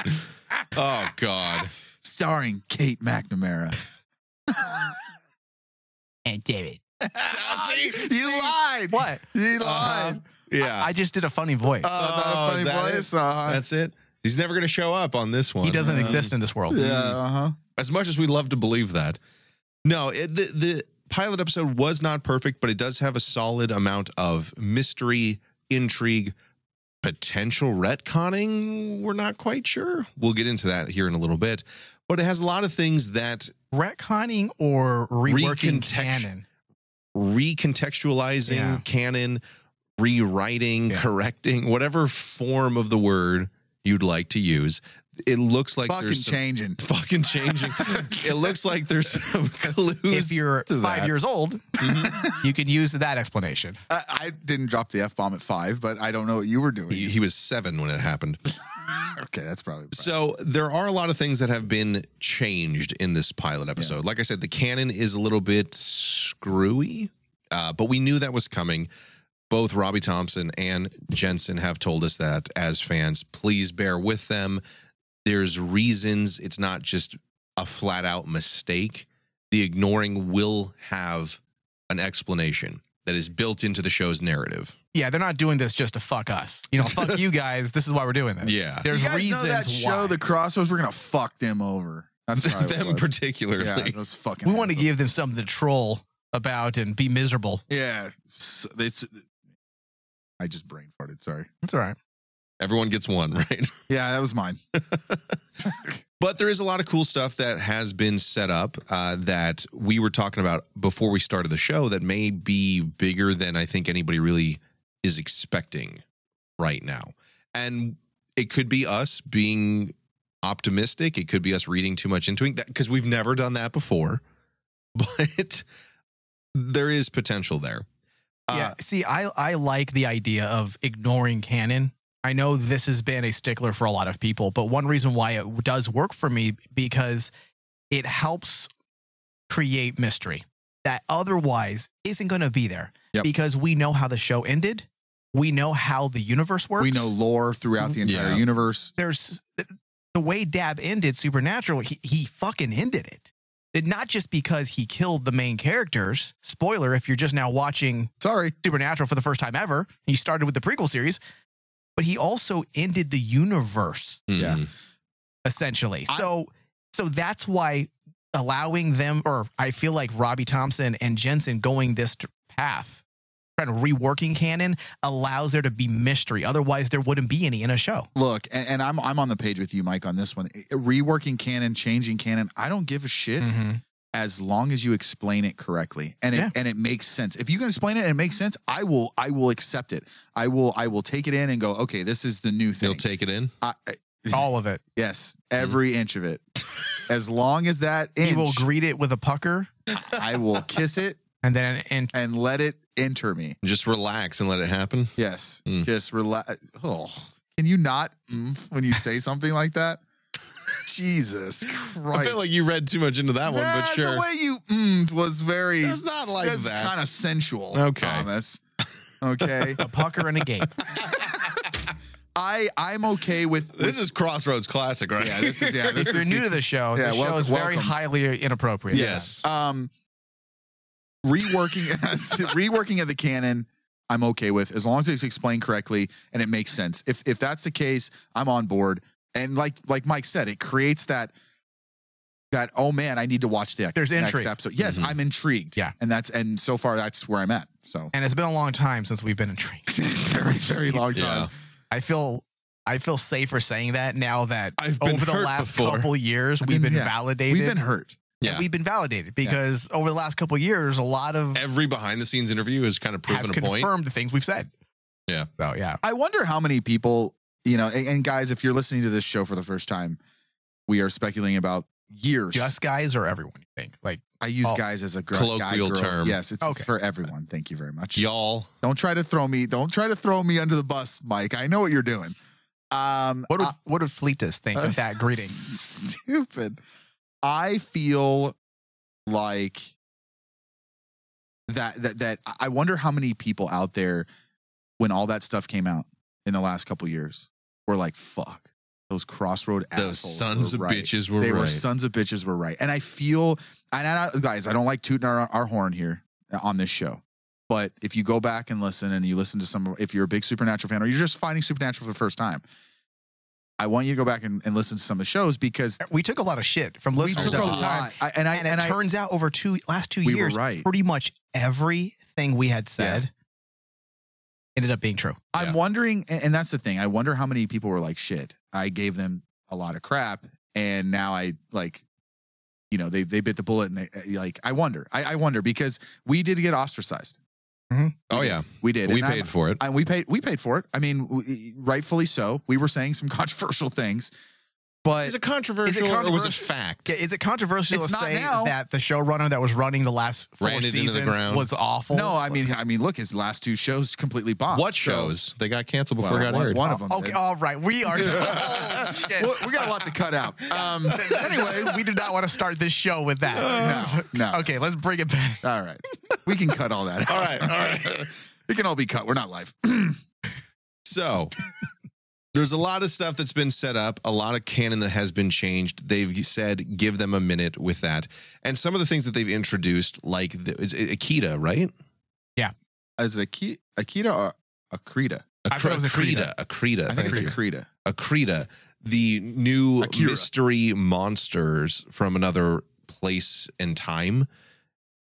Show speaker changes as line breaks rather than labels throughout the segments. oh God.
Starring Kate McNamara.
And David.
you lied.
What?
You
Uh-huh.
lied.
Yeah.
Ah.
I, I just did a funny voice.
Oh,
Oh, is
is that a
that
funny
it?
voice. Uh-huh.
That's it. He's never going to show up on this one.
he doesn't
Um,
exist in this world.
Yeah. Uh huh.
As much as we love to believe that, no. It, the the pilot episode was not perfect, but it does have a solid amount of mystery, intrigue, potential retconning. We're not quite sure. We'll get into that here in a little bit, but it has a lot of things that
Retconning or reworking
Recontext-
canon.
recontextualizing
Yeah.
canon, rewriting,
Yeah.
correcting, whatever form of the word you'd like to use. It looks like
Fucking
there's some
changing.
fucking changing. it looks like there's some clues.
If you're
to
five
that.
years old, you can use that explanation.
I, I didn't drop the f bomb at five, but I don't know what you were doing.
he, he was seven when it happened.
okay, that's probably.
So there are a lot of things that have been changed in this pilot episode. Like I said, the canon is a little bit screwy, uh, but we knew that was coming. Both Robbie Thompson and Jensen have told us that as fans, please bear with them. There's reasons. It's not just a flat out mistake. The ignoring will have an explanation that is built into the show's narrative.
Yeah, they're not doing this just to fuck us. You know, fuck you guys. This is why we're doing this.
Yeah.
There's
you guys
reasons
know that
why.
show, The Crossroads, we're gonna fuck them over. That's probably what it
Them
was.
particularly.
Yeah, those fucking.
we want to
assholes.
give them something to troll about and be miserable.
Yeah, s- it's. I just brain farted. Sorry.
That's all right.
Everyone gets one, right?
Yeah, that was mine.
But there is a lot of cool stuff that has been set up uh, that we were talking about before we started the show that may be bigger than I think anybody really is expecting right now. And it could be us being optimistic, it could be us reading too much into it because we've never done that before. But there is potential there.
Uh,
Uh,
yeah. See, I I like the idea of ignoring canon. I know this has been a stickler for a lot of people, but one reason why it does work for me because it helps create mystery that otherwise isn't going to be there
Yep.
because we know how the show ended. We know how the universe works. Mm-hmm.
we know lore throughout the entire
Yeah.
universe.
there's the way Dab ended Supernatural, he, he fucking ended it. it. Not just because he killed the main characters. Spoiler if you're just now watching
Sorry.
Supernatural for the first time ever, and you started with the prequel series, but he also ended the universe
Yeah.
Mhm.
essentially.
I-
so so that's why allowing them or I feel like Robbie Thompson and Jensen going this t- path kind of reworking canon allows there to be mystery. Otherwise there wouldn't be any in a show.
Look, and, and I'm I'm on the page with you, Mike, on this one. I- Reworking canon, changing canon. I don't give a shit as long as you explain it correctly and it
Mm-hmm. Yeah.
and it makes sense. If you can explain it and it makes sense, I will I will accept it. I will I will take it in and go, okay, this is the new thing.
You'll take it in.
I, I-
All of it.
yes,
Mm-hmm.
every inch of it. As long as that inch,
He will greet it with a pucker
I will kiss it
and then and
and let it enter me.
Just relax and let it happen.
Yes.
Mm.
Just relax. Oh, can you not mm, when you say something like that? Jesus Christ.
I feel like you read too much into that one, but
Nah,
sure.
The way you mm, was very.
It was not like that.
kind of sensual.
Okay.
Thomas. Okay.
a pucker and a gape.
I I'm okay with
this is Crossroads Classic, right?
yeah. This is yeah. This
if you're
is
new to the show,
Yeah,
the show
welcome-
is very
welcome.
highly inappropriate.
yes.
um reworking reworking of the canon. I'm okay with as long as it's explained correctly and it makes sense. If if that's the case, I'm on board. And like like Mike said, it creates that that oh man, I need to watch the
There's
next
intrigue. Mm-hmm.
episode. Yes,
Mhm.
I'm intrigued.
Yeah.
and that's and so far that's where I'm at. So
And it's been a long time since we've been in training.
very very long time.
I feel I feel safer saying that now that
I've been
over the
hurt
last
before.
couple years
I've
we've
been-
been
yeah.
validated.
We've been hurt.
Yeah.
We've been validated because over the last couple years, a lot of
Every behind the scenes interview has kind of
has
proven a point.
confirmed the things we've said.
Yeah.
So yeah.
I wonder how many people, you know, and, and guys, if you're listening to this show for the first time, we are speculating about years.
Just guys or everyone you think. Like
I use
Oh.
guys as a gr-
Colloquial
guy, girl.
term.
Yes, it's, it's
Okay.
for everyone. Thank you very much.
Y'all.
Don't try to throw me. Don't try to throw me under the bus, Mike. I know what you're doing. Um,
what would
I-
what would Fleetus think of that greeting?
Stupid. I feel like that that that I wonder how many people out there when all that stuff came out in the last couple years were like, "Fuck, those crossroad
Those
assholes
sons
were
of
right."
bitches were
they
right.
were sons of bitches were right. And I feel, and I, guys, I don't like tooting our, our horn here uh, on this show. But if you go back and listen and you listen to some, if you're a big Supernatural fan or you're just finding Supernatural for the first time, I want you to go back and, and listen to some of the shows because
We took a lot of shit from
we
listeners
took
at
a
the time.
lot. I, and I,
and,
and,
it
I,
turns out over two last two
we were
years,
right.
pretty much everything we had said ended up being true.
I'm
Yeah.
wondering, and and that's the thing. I wonder how many people were like, "Shit, I gave them a lot of crap, and now I like, you know, they they bit the bullet, and they, uh, like, I wonder, I, I wonder because we did get ostracized.
Oh yeah.
We did.
We
And I'm-
paid for it.
and we paid we paid for it. I mean, we, rightfully so. We were saying some controversial things, but
Is it controversial or was it
controversial?
fact?
Yeah, is it controversial
It's
to
not
say
now.
that the showrunner that was running the last four
Ran it into the
seasons
ground.
was awful?
no, I mean, I mean, look, his last two shows completely bombed.
What
So-
shows? They got canceled
Well,
before it got
one,
aired.
one of them.
okay,
did.
all right, we are. oh, shit.
Well, we got a lot to cut out. Um,
Anyways, we did not want to start this show with that.
no, no.
Okay, let's bring it back.
All right, we can cut all that.
All right, all right.
it can all be cut. We're not live.
So there's a lot of stuff that's been set up, a lot of canon that has been changed. They've said give them a minute with that, and some of the things that they've introduced, like the, it's Akita, right?
As Aki- Akita or Akrita?
I thought it was Akrita.
Akrita.
I think it's
thank you.
Akrita.
Akrita, the new
Akira.
mystery monsters from another place and time,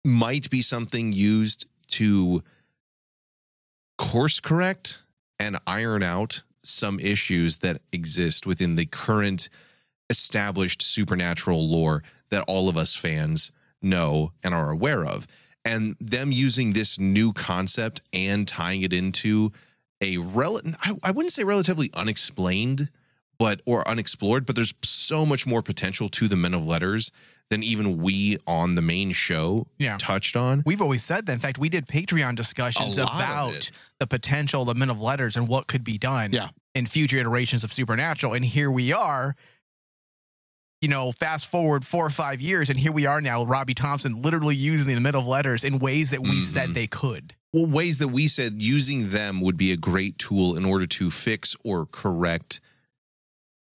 might be something used to course correct and iron out some issues that exist within the current established supernatural lore that all of us fans know and are aware of. And them using this new concept and tying it into a rel I, I wouldn't say relatively unexplained but or unexplored but there's so much more potential to the men of letters than even we on the main show
Yeah.
touched on
We've always said that. In fact, we did Patreon discussions
A lot of
about
it.
the potential of the Men of Letters and what could be done
Yeah.
in future iterations of Supernatural. And here we are, you know, fast forward four or five years, and here we are now, Robbie Thompson literally using the Men of Letters in ways that we
Mm-hmm.
said they could.
well ways that we said using them would be a great tool in order to fix or correct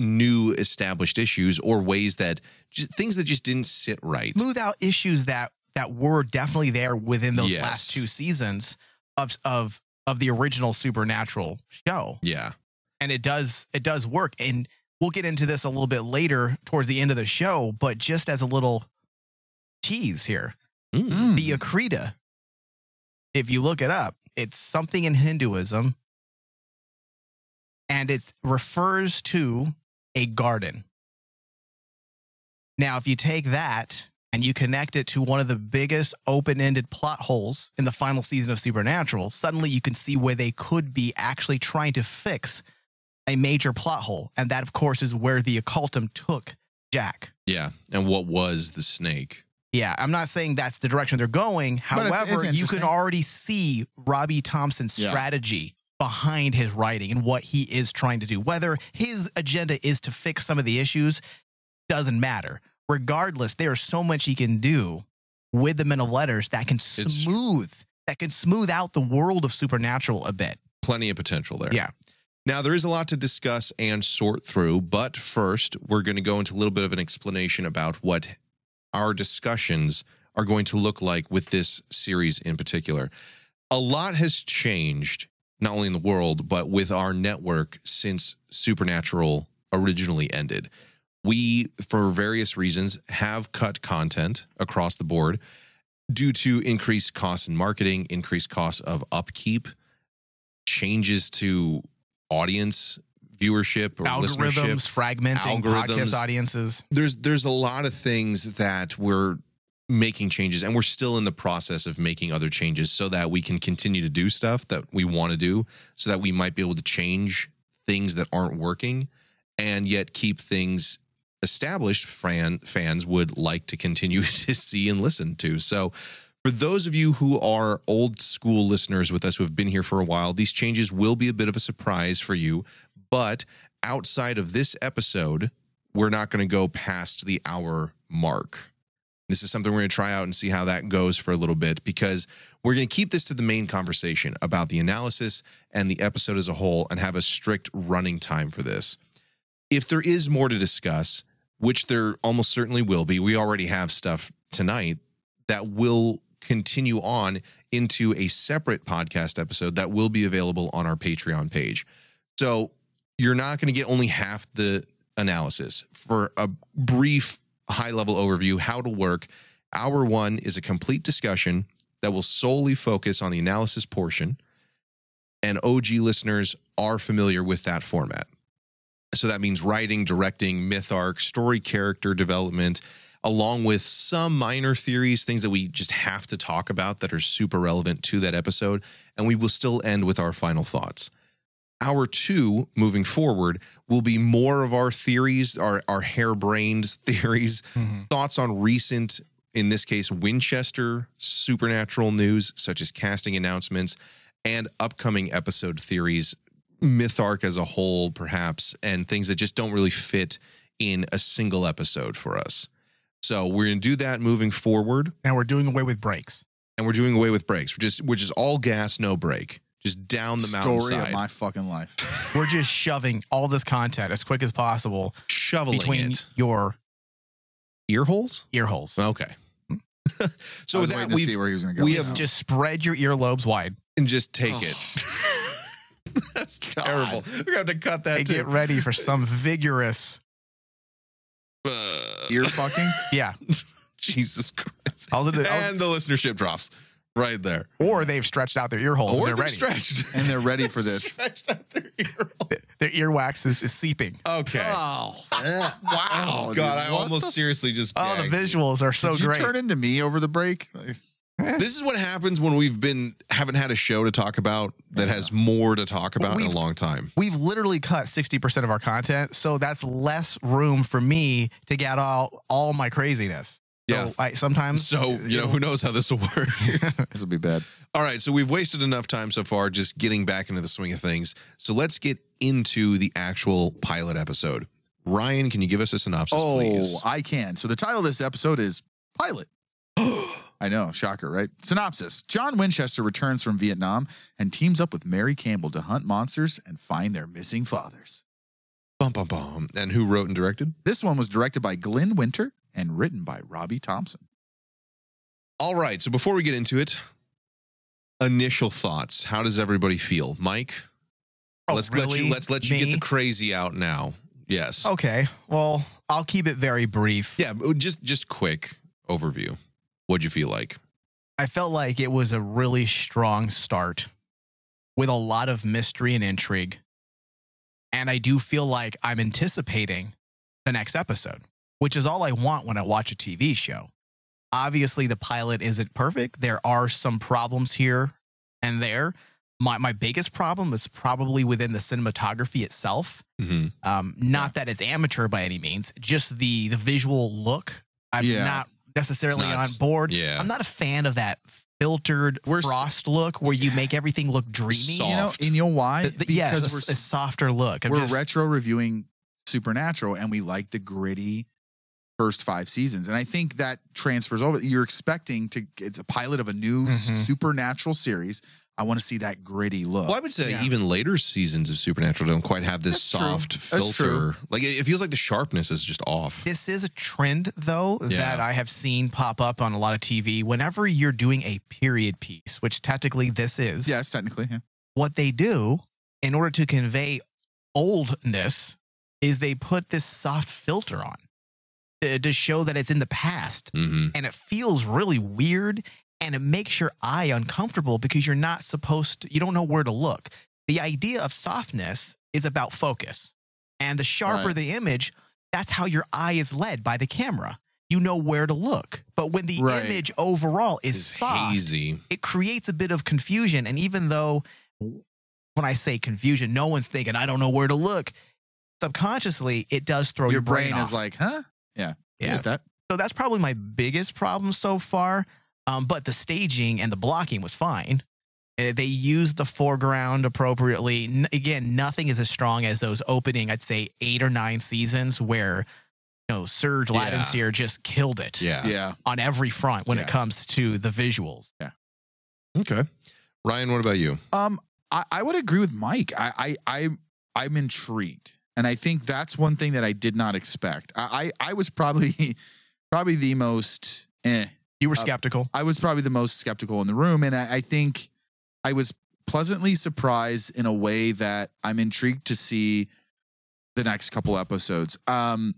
new established issues or ways that just, things that just didn't sit right
Smooth out issues that that were definitely there within those
Yes.
last two seasons of of of the original Supernatural show.
yeah
and it does it does work and we'll get into this a little bit later towards the end of the show but just as a little tease here
Mm.
the akrita if you look it up it's something in hinduism and it refers to a garden now if you take that and you connect it to one of the biggest open-ended plot holes in the final season of supernatural suddenly you can see where they could be actually trying to fix a major plot hole and that of course is where the occultum took jack
yeah and what was the snake
yeah, I'm not saying that's the direction they're going.
But it's-
However,
it's
you can
interesting.
already see Robbie Thompson's
Yeah.
strategy behind his writing and what he is trying to do. Whether his agenda is to fix some of the issues doesn't matter. Regardless, there is so much he can do with the men of letters that can smooth that can smooth out the world of supernatural a bit.
plenty of potential there
Yeah.
Now, there is a lot to discuss and sort through, but first, we're going to go into a little bit of an explanation about what our discussions are going to look like with this series in particular. A lot has changed, not only in the world, but with our network since Supernatural originally ended. We, for various reasons, have cut content across the board due to increased costs in marketing, increased costs of upkeep, changes to audience viewership or listenership
Algorithms, fragmenting
Algorithms.
podcast audiences.
there's there's a lot of things that we're making changes and we're still in the process of making other changes so that we can continue to do stuff that we want to do so that we might be able to change things that aren't working and yet keep things established fan, fans would like to continue to see and listen to so for those of you who are old school listeners with us who have been here for a while these changes will be a bit of a surprise for you but outside of this episode we're not going to go past the hour mark. This is something we're going to try out and see how that goes for a little bit because we're going to keep this to the main conversation about the analysis and the episode as a whole and have a strict running time for this. If there is more to discuss, which there almost certainly will be, we already have stuff tonight that will continue on into a separate podcast episode that will be available on our Patreon page. So you're not going to get only half the analysis for a brief high level overview how to work hour 1 is a complete discussion that will solely focus on the analysis portion and OG listeners are familiar with that format so that means writing directing myth arc story character development along with some minor theories things that we just have to talk about that are super relevant to that episode and we will still end with our final thoughts hour two moving forward will be more of our theories, our, our harebrained theories,
Mm-hmm.
thoughts on recent, in this case, Winchester supernatural news, such as casting announcements and upcoming episode theories, myth arc as a whole, perhaps, and things that just don't really fit in a single episode for us. So we're going to do that moving forward
And we're doing away with breaks.
and we're doing away with breaks. We're just we're just all gas, no break. just down the
Story
mountainside,
of my fucking life.
We're just shoving all this content as quick as possible
shoveling
between
it.
your
Ear holes?
ear holes.
Okay. so
I was
with that,
waiting to
we
see where he was going to go.
we
with
have
that.
Just spread your earlobes wide
can just take
Oh.
it. That's
God.
terrible. We're gonna have to cut that
and
too.
get ready for some vigorous.
Uh,
ear fucking.
Yeah.
Jesus Christ.
I was gonna- I was-
and the listenership drops right there.
or they've stretched out their ear holes
Or
and
they're
they're ready.
stretched.
And they're ready for this.
Stretched out their ear hole.
their earwax is, is seeping.
Okay.
Oh,
wow.
dude,
God, I
what
almost
the-
seriously just.
Oh, the
gagged.
visuals are so
Did you
great.
turn into me over the break?
This is what happens when we've been haven't had a show to talk about that has more to talk about in a
We've-
long time.
We've literally cut 60% of our content, so that's less room for me to get all all my craziness.
Yeah.
So I sometimes
So Oh, you know who knows how this will work.
This will be bad.
All right, so we've wasted enough time so far just getting back into the swing of things. So let's get into the actual pilot episode. Ryan, can you give us a synopsis,
oh,
please?
I can. So the title of this episode is Pilot. I know, shocker, right? Synopsis John Winchester returns from Vietnam and teams up with Mary Campbell to hunt monsters and find their missing fathers.
Bum bum bum. And who wrote and directed?
This one was directed by Glenn Winter and written by Robbie Thompson.
All right, so before we get into it, initial thoughts. How does everybody feel, Mike?
Oh,
let's let
really?
you let's let you
Me? Oh.
get the crazy out now. Yes.
Okay. Well, I'll keep it very brief.
Yeah, but just just quick overview. What'd you feel like?
I felt like it was a really strong start with a lot of mystery and intrigue. And I do feel like I'm anticipating the next episode, which is all I want when I watch a TV show. Obviously, the pilot isn't perfect. There are some problems here and there. My, my biggest problem is probably within the cinematography itself.
Mm-hmm.
Um, not that it's amateur by any means, just the, the visual look. I'm
Yeah.
not necessarily
not-
on board.
Yeah.
I'm not a fan of that filtered
We're st-
frost look where you make everything look dreamy.
Soft.
You know, and you know why?
Th- th- yeah,
because
a, a softer look. I'm
we're, we're
just-
retro reviewing Supernatural and we like the gritty first five seasons. And I think that transfers over. You're expecting to, it's a pilot of a new
Mhm.
Supernatural series. I want to see that gritty look.
Well, I would say
Yeah.
even later seasons of Supernatural don't quite have this
That's true.
soft
That's
filter. Like it it feels like the sharpness is just off.
this is a trend though
Yeah.
that I have seen pop up on a lot of TV. Whenever you're doing a period piece, which technically this is,
Yes, technically. Yeah.
what they do in order to convey oldness is they put this soft filter on to, to show that it's in the past.
hmm
and it feels really weird and it makes your eye uncomfortable because you're not supposed to you don't know where to look the idea of softness is about focus and the sharper
Right.
the image that's how your eye is led by the camera you know where to look but when the
Right.
image overall is
It's
soft
hazy.
it creates a bit of confusion and even though when i say confusion no one's thinking i don't know where to look subconsciously it does throw your,
Your brain,
off.
is like, huh? Yeah. I
Yeah.
Get that.
So that's probably my biggest problem so far. Um, but the staging and the blocking was fine. Uh, They used the foreground appropriately. N- again, nothing is as strong as those opening, I'd say, eight or nine seasons where you know, Serge
Yeah.
Ladensteer just killed it
Yeah.
Yeah.
on every front when
Yeah.
it comes to the visuals.
Okay. Ryan, what about you?
Um, I, I would agree with Mike. I, I, I, I'm intrigued, and I think that's one thing that I did not expect. I, I, I was probably, probably the most. Eh,
You were
Uh,
skeptical.
I was probably the most skeptical in the room, and I, I think I was pleasantly surprised in a way that I'm intrigued to see the next couple episodes. Um,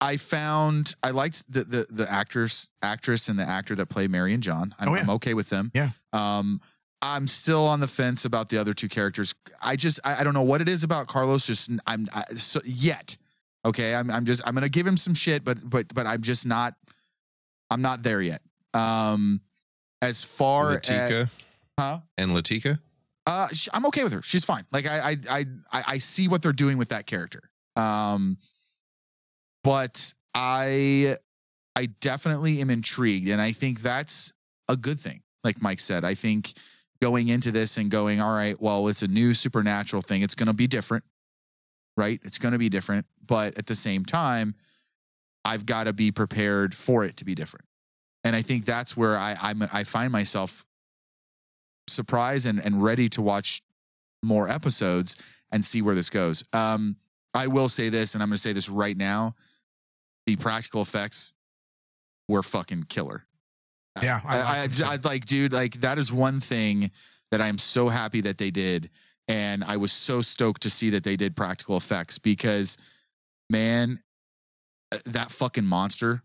I found I liked the the the actors actress and the actor that play Mary and John. I'm,
Oh, yeah.
I'm okay with them.
Yeah.
Um, I'm still on the fence about the other two characters. I just I, I don't know what it is about Carlos. Just I'm I, so, yet okay. I'm I'm just I'm gonna give him some shit, but but but I'm just not I'm not there yet. Um, as far as
Latika
huh?
and Latika?
Uh, sh- I'm okay with her. She's fine. Like I, I, I, I I see what they're doing with that character. Um, but I, I definitely am intrigued, and I think that's a good thing. Like Mike said, I think going into this and going, all right, well, it's a new supernatural thing. It's going to be different, right? It's going to be different, but at the same time, I've got to be prepared for it to be different. And I think that's where I, I'm, I find myself surprised and, and ready to watch more episodes and see where this goes. Um, I will say this, and I'm going to say this right now: the practical effects were fucking killer.
Yeah, I
I,
like
I,
them too.
I, like, dude, like that is one thing that I'm so happy that they did, and I was so stoked to see that they did practical effects because, man, uh, that fucking monster,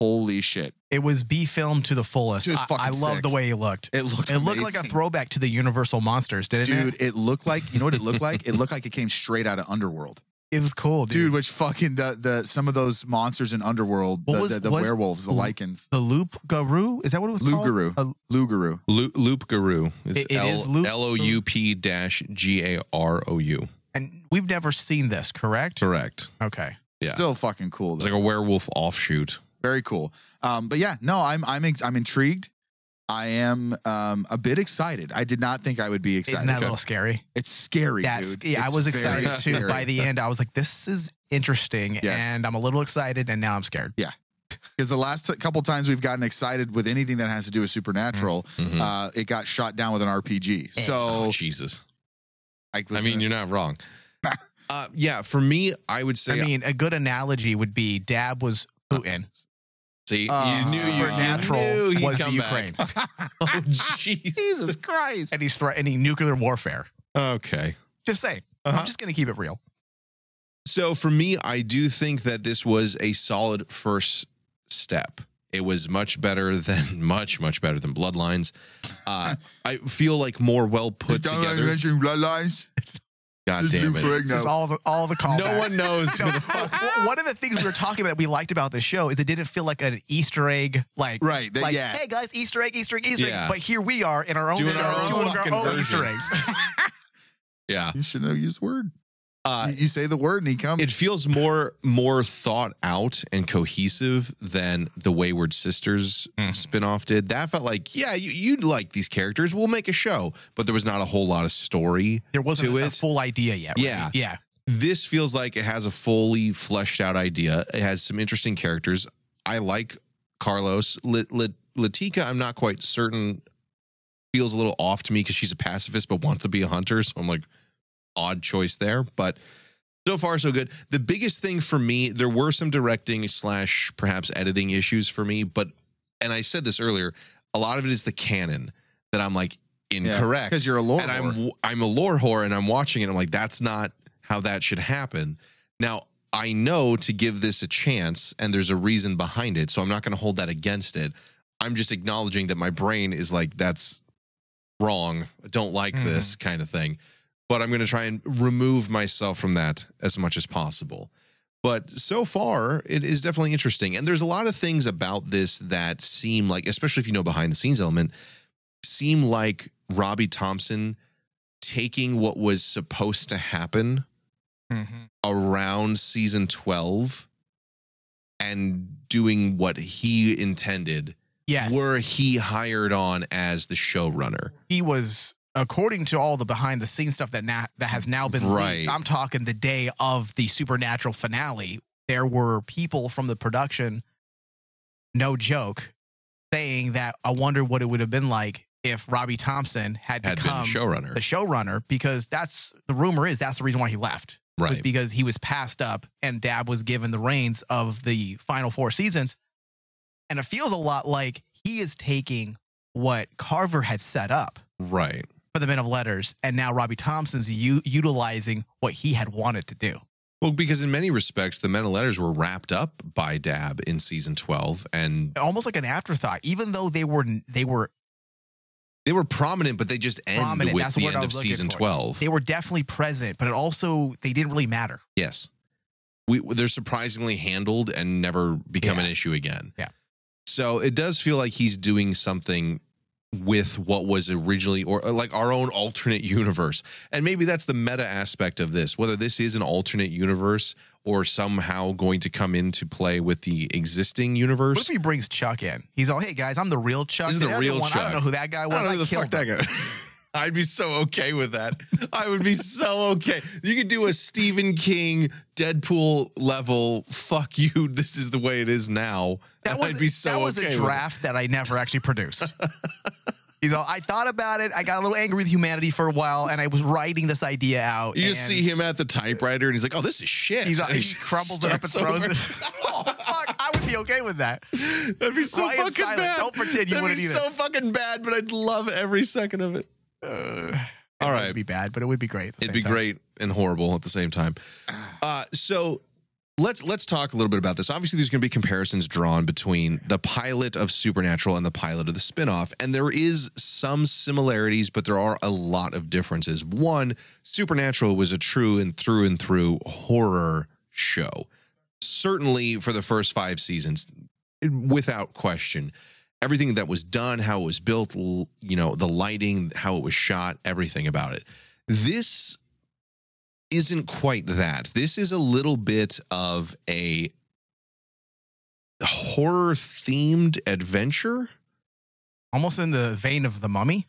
holy shit,
It was B filmed to the fullest.
Dude,
I,
fucking
I love
sick.
the way it looked.
it looked
It looked like a
amazing.
throwback to the Universal monsters, didn't
Dude,
it?
it looked like you know what it looked like. It looked like it came straight out of Underworld,
It was cool,
dude. which fucking the the some of those monsters in Underworld,
What
the,
was-
the, the
was- Mm-hmm.
werewolves, the lichens,
The Loop Garou? Is that what it was
Lugaru.
called?
Luguru.
Loop, loop Guru. It's
It- it is Loop-
L O U P dash G A R O U.
A, and we've never seen this, correct?
Correct.
Okay.
Yeah.
Still fucking cool.
It's
Though.
like a werewolf offshoot.
Very cool. Um, but yeah, no, I'm I'm ex- I'm intrigued. I am um, a bit excited. I did not think I would be excited.
Isn't that a little scary?
it's scary,
That's,
dude.
yeah, I
It's
was
very
excited too.
scary.
By the end, I was like, this is interesting.
Yes.
And I'm a little excited, and now I'm scared.
because the last t- couple times we've gotten excited with anything that has to do with supernatural,
Mm-hmm.
Mhm.
uh, it got shot down with an RPG.
Eh.
So
Oh, Jesus.
I, was
I mean,
gonna-
you're not wrong. uh, yeah, for me, I would say.
I mean, a good analogy would be Dab was Putin.
see,
Uh,
you knew you
Supernatural
you knew he'd
was the
come back.
Ukraine.
Oh, jeez.
Jesus Christ.
and he's threatening nuclear warfare.
okay.
Just saying.
Uh-huh.
I'm just going to keep it real.
So for me, I do think that this was a solid first step. It was much better than much, much better than Bloodlines. Uh, I feel like more well put
Don't I
together.
mention bloodlines?
God
It's
damn
Lou
it.
Ferrigno.
Just all the, all the callbacks.
No one knows who the fuck.
Well, one of the things we were talking about, we liked about this show, is it didn't feel like an Easter egg, like,
Right. that-
like
yeah.
hey guys, Easter egg, Easter egg, Easter
Yeah.
egg. But here we are in our own
Doing
show,
our own
doing
fucking
our own
version.
Easter eggs.
Yeah.
You shouldn't have used the word.
Uh,
you, you say the word and he comes.
it feels more more thought out and cohesive than the Wayward Sisters
Mhm.
spinoff did. That felt like, yeah, you, you'd like these characters. We'll make a show, but there was not a whole lot of story
There wasn't
To
a,
it.
full idea yet. right?
Yeah.
yeah.
this feels like it has a fully fleshed out idea. It has some interesting characters. I like Carlos. Lit- Lit- Latika, I'm not quite certain, feels a little off to me because she's a pacifist but wants to be a hunter. So I'm like, odd choice there. But so far, so good. The biggest thing for me, there were some directing slash perhaps editing issues for me, but, and I said this earlier, a lot of it is the canon that I'm like, incorrect
Because you're a lord.
and I'm I'm a lore whore, and I'm watching it. I'm like, that's not how that should happen. Now I know to give this a chance, and there's a reason behind it, so I'm not going to hold that against it. I'm just acknowledging that my brain is like, that's wrong. I don't like
Mhm.
this kind of thing. But I'm going to try and remove myself from that as much as possible. But so far, it is definitely interesting. And there's a lot of things about this that seem like, especially if you know behind the scenes element, seem like Robbie Thompson taking what was supposed to happen Mm-hmm. around season 12 and doing what he intended
Yes.
were he hired on as the showrunner
he was according to all the behind the scenes stuff that now that has now been
Right.
leaked, I'm talking the day of the supernatural finale. There were people from the production, no joke, saying that I wonder what it would have been like if Robbie Thompson had,
had been
become
showrunner
the showrunner because that's the rumor is that's the reason why he left was
right
because he was passed up and Dab was given the reins of the final four seasons. And it feels a lot like he is taking what Carver had set up
right
for the Men of Letters, and now Robbie Thompson's u- utilizing what he had wanted to do.
well because in many respects the men of letters were wrapped up by dab in season 12 and
Almost like an afterthought, even though they were they were
they were prominent but they just end
Prominent,
with
that's the
the
word
end
I
of
was looking
season
for.
12
they were definitely present, but it also they didn't really matter.
Yes. We they're surprisingly handled and never become an
Yeah.
issue again.
Yeah.
So it does feel like he's doing something with what was originally or or like our own alternate universe. And maybe that's the meta aspect of this, whether this is an alternate universe or somehow going to come into play with the existing
What if
universe.
he brings Chuck in? He's all, hey guys, I'm the real Chuck.
This is the
other
real
one, I
Chuck.
don't know who that guy was. I, killed him.
guy. I'd be so okay with that. I would be so okay. You could do a Stephen King Deadpool level. Fuck you. This is the way it is now.
That
and
was
I'd be so
that was
okay
a
with it.
draft that I never actually produced. He's all, I thought about it. I got a little angry with humanity for a while, and I was writing this idea out.
You just
and
see him at the typewriter, and he's like, "Oh, this is shit."
He's all,
And
he crumbles it up and
starts
throws
over.
it. oh, fuck. I would be okay with that.
That'd be so
Ryan
fucking
Silent,
bad.
don't pretend you
That'd
wouldn't
be
either. Uh,
so fucking bad, but I'd love every second of it. All
It
right.
would be bad, but it would be great. at the
It'd
same
be
time. Ah.
great and horrible at the same time. Uh, so let's let's talk a little bit about this. Obviously, there's going to be comparisons drawn between the pilot of Supernatural and the pilot of the spinoff, and there is some similarities, but there are a lot of differences. One, Supernatural was a true and through and through horror show, certainly for the first five seasons, without question. Everything that was done, how it was built, l- you know, the lighting, how it was shot, everything about it. This isn't quite that. This is a little bit of a horror themed adventure.
Almost in the vein of the mummy.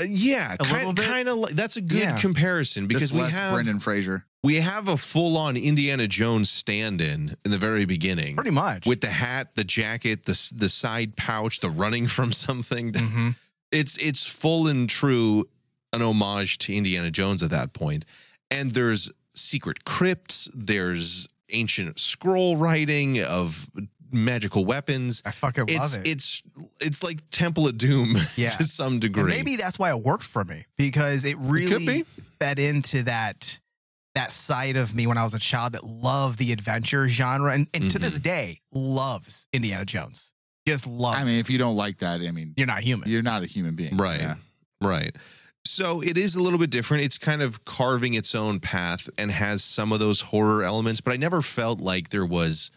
Uh, yeah,
A little
kind,
bit?
kind of. Like, that's a good
Yeah.
comparison because
Because
we
less
have
Brendan Fraser.
we have a full on Indiana Jones stand in in the very beginning
Pretty much.
with the hat, the jacket, the s- the side pouch, the running from something.
Mhm.
it's it's full and true an homage to Indiana Jones at that point. And there's secret crypts, there's ancient scroll writing of magical weapons.
I fucking
It's
love it.
it's it's like Temple of Doom
Yeah.
to some
And
degree.
maybe that's why it worked for me because it
could
really
be.
fed into that that side of me when I was a child that loved the adventure genre and, and to this
Mm-hmm.
day loves Indiana Jones. Just loves.
I
it.
mean, if you don't like that, I mean,
You're not human.
you're not a human being.
Right.
Yeah.
Right. So it is a little bit different. It's kind of carving its own path and has some of those horror elements, but I never felt like there was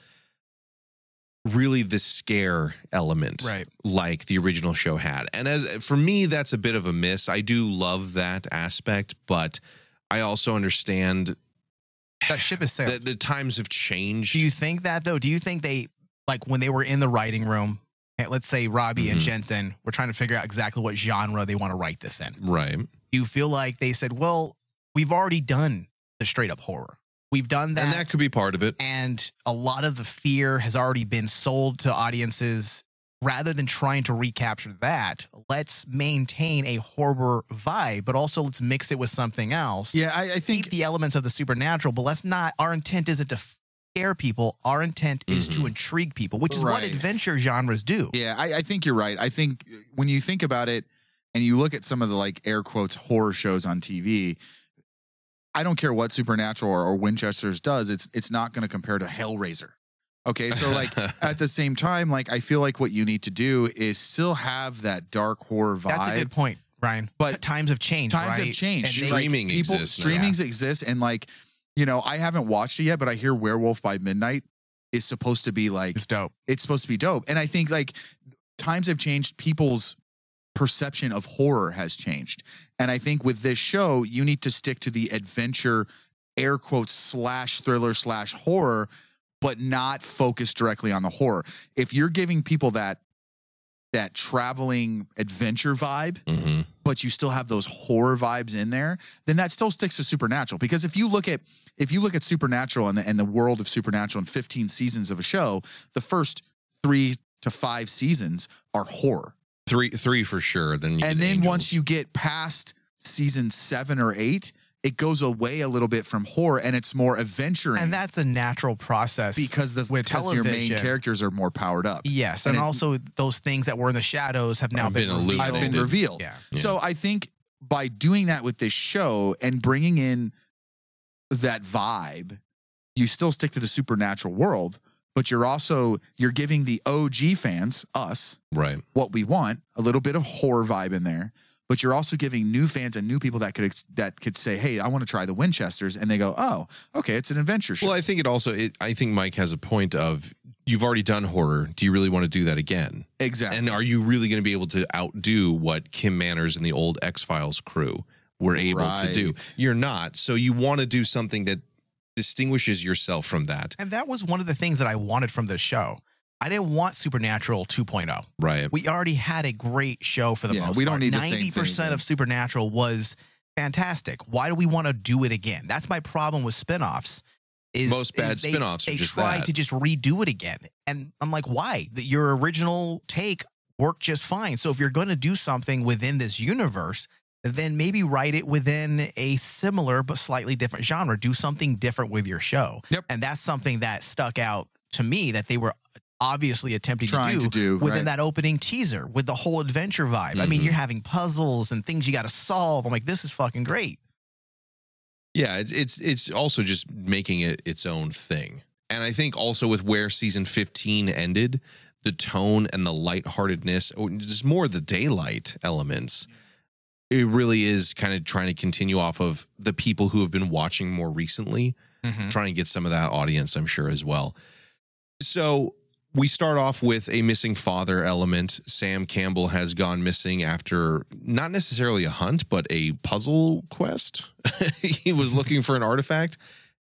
really the scare element
Right.
like the original show had. And as for me that's a bit of a miss. I do love that aspect, but I also understand
That ship is sailed.
that the times have changed.
Do you think that though? Do you think they like when they were in the writing room? and Let's say Robbie and
Mhm.
Jensen were trying to figure out exactly what genre they want to write this in.
right.
Do you feel like they said, "Well, we've already done the straight up horror. We've done that,
and that could be part of it.
and a lot of the fear has already been sold to audiences. Rather than trying to recapture that, let's maintain a horror vibe, but also let's mix it with something else
Yeah, I, I
keep
think
the elements of the supernatural, but let's not. Our intent isn't to scare people. Our intent is to intrigue people, which is what
Mm-hmm. Right.
adventure genres do.
Yeah, I, I think you're right. I think when you think about it and you look at some of the like air quotes horror shows on TV, I don't care what Supernatural or, or Winchester's does, it's it's not going to compare to Hellraiser. Okay, so like uh, at the same time, like I feel like what you need to do is still have that dark horror vibe.
That's a good point, Ryan.
But
times have changed.
Times
right?
have changed.
And they-
Stream- Streaming exists now.
Streamings exist, and like you know, I haven't watched it yet, but I hear Werewolf by Midnight is supposed to be like
it's dope.
it's supposed to be dope. And I think like times have changed, people's perception of horror has changed. And I think with this show, you need to stick to the adventure, air quotes, slash thriller, slash horror, but not focus directly on the horror. If you're giving people that, that traveling adventure vibe,
hmm
but you still have those horror vibes in there, then that still sticks to supernatural. Because if you look at if you look at supernatural and the and the world of supernatural in 15 seasons of a show, the first three to five seasons are horror.
Three three for sure. Then you get
and then
Angels.
once you get past season seven or eight, it goes away a little bit from horror and it's more adventuring.
And that's a natural process.
because the
with
because your main
television.
characters are more powered up.
yes, and,
and it-
also those things that were in the shadows have now
Have
been,
been
revealed.
I've been
Illuminated.
revealed.
Yeah.
Yeah.
So I think by doing that with this show and bringing in that vibe, you still stick to the supernatural world, but you're also you're giving the OG fans us
right.
what we want, a little bit of horror vibe in there, but you're also giving new fans and new people that could ex- that could say, "Hey, I want to try the Winchesters," and they go, "Oh, okay, it's an adventure show."
Well, I think it also. It, I think Mike has a point of you've already done horror. Do you really want to do that again?
exactly.
And are you really going to be able to outdo what Kim Manners and the old X Files crew were able to do?
Right.
You're not. So you want to do something that distinguishes yourself from that,
And that was one of the things that I wanted from this show. I didn't want Supernatural oh. 2.0.
right?
we already had a great show for the
Yeah,
most
we don't
part.
need the same thing
90%
again.
of Supernatural was fantastic. Why do we want to do it again? That's my problem with spinoffs. Is,
Most bad
is they,
spinoffs are
They
just
tried
that.
to just redo it again. And I'm like, why? That your original take work just fine. So if you're going to do something within this universe, then maybe write it within a similar but slightly different genre. Do something different with your show.
Yep.
And that's something that stuck out to me that they were obviously attempting
trying to do
within
right? Mm-hmm.
that opening teaser with the whole adventure vibe. I mean,
Mhm.
you're having puzzles and things you got to solve. I'm like, this is fucking great.
Yeah, it's it's it's also just making it its own thing. And I think also with where season 15 ended, the tone and the lightheartedness, or just more the daylight elements, it really is kind of trying to continue off of the people who have been watching more recently, trying to get some of that audience, I'm sure, as well. So we start off with a missing father element. Sam Campbell has gone missing after not necessarily a hunt, but a puzzle quest. he was looking for an artifact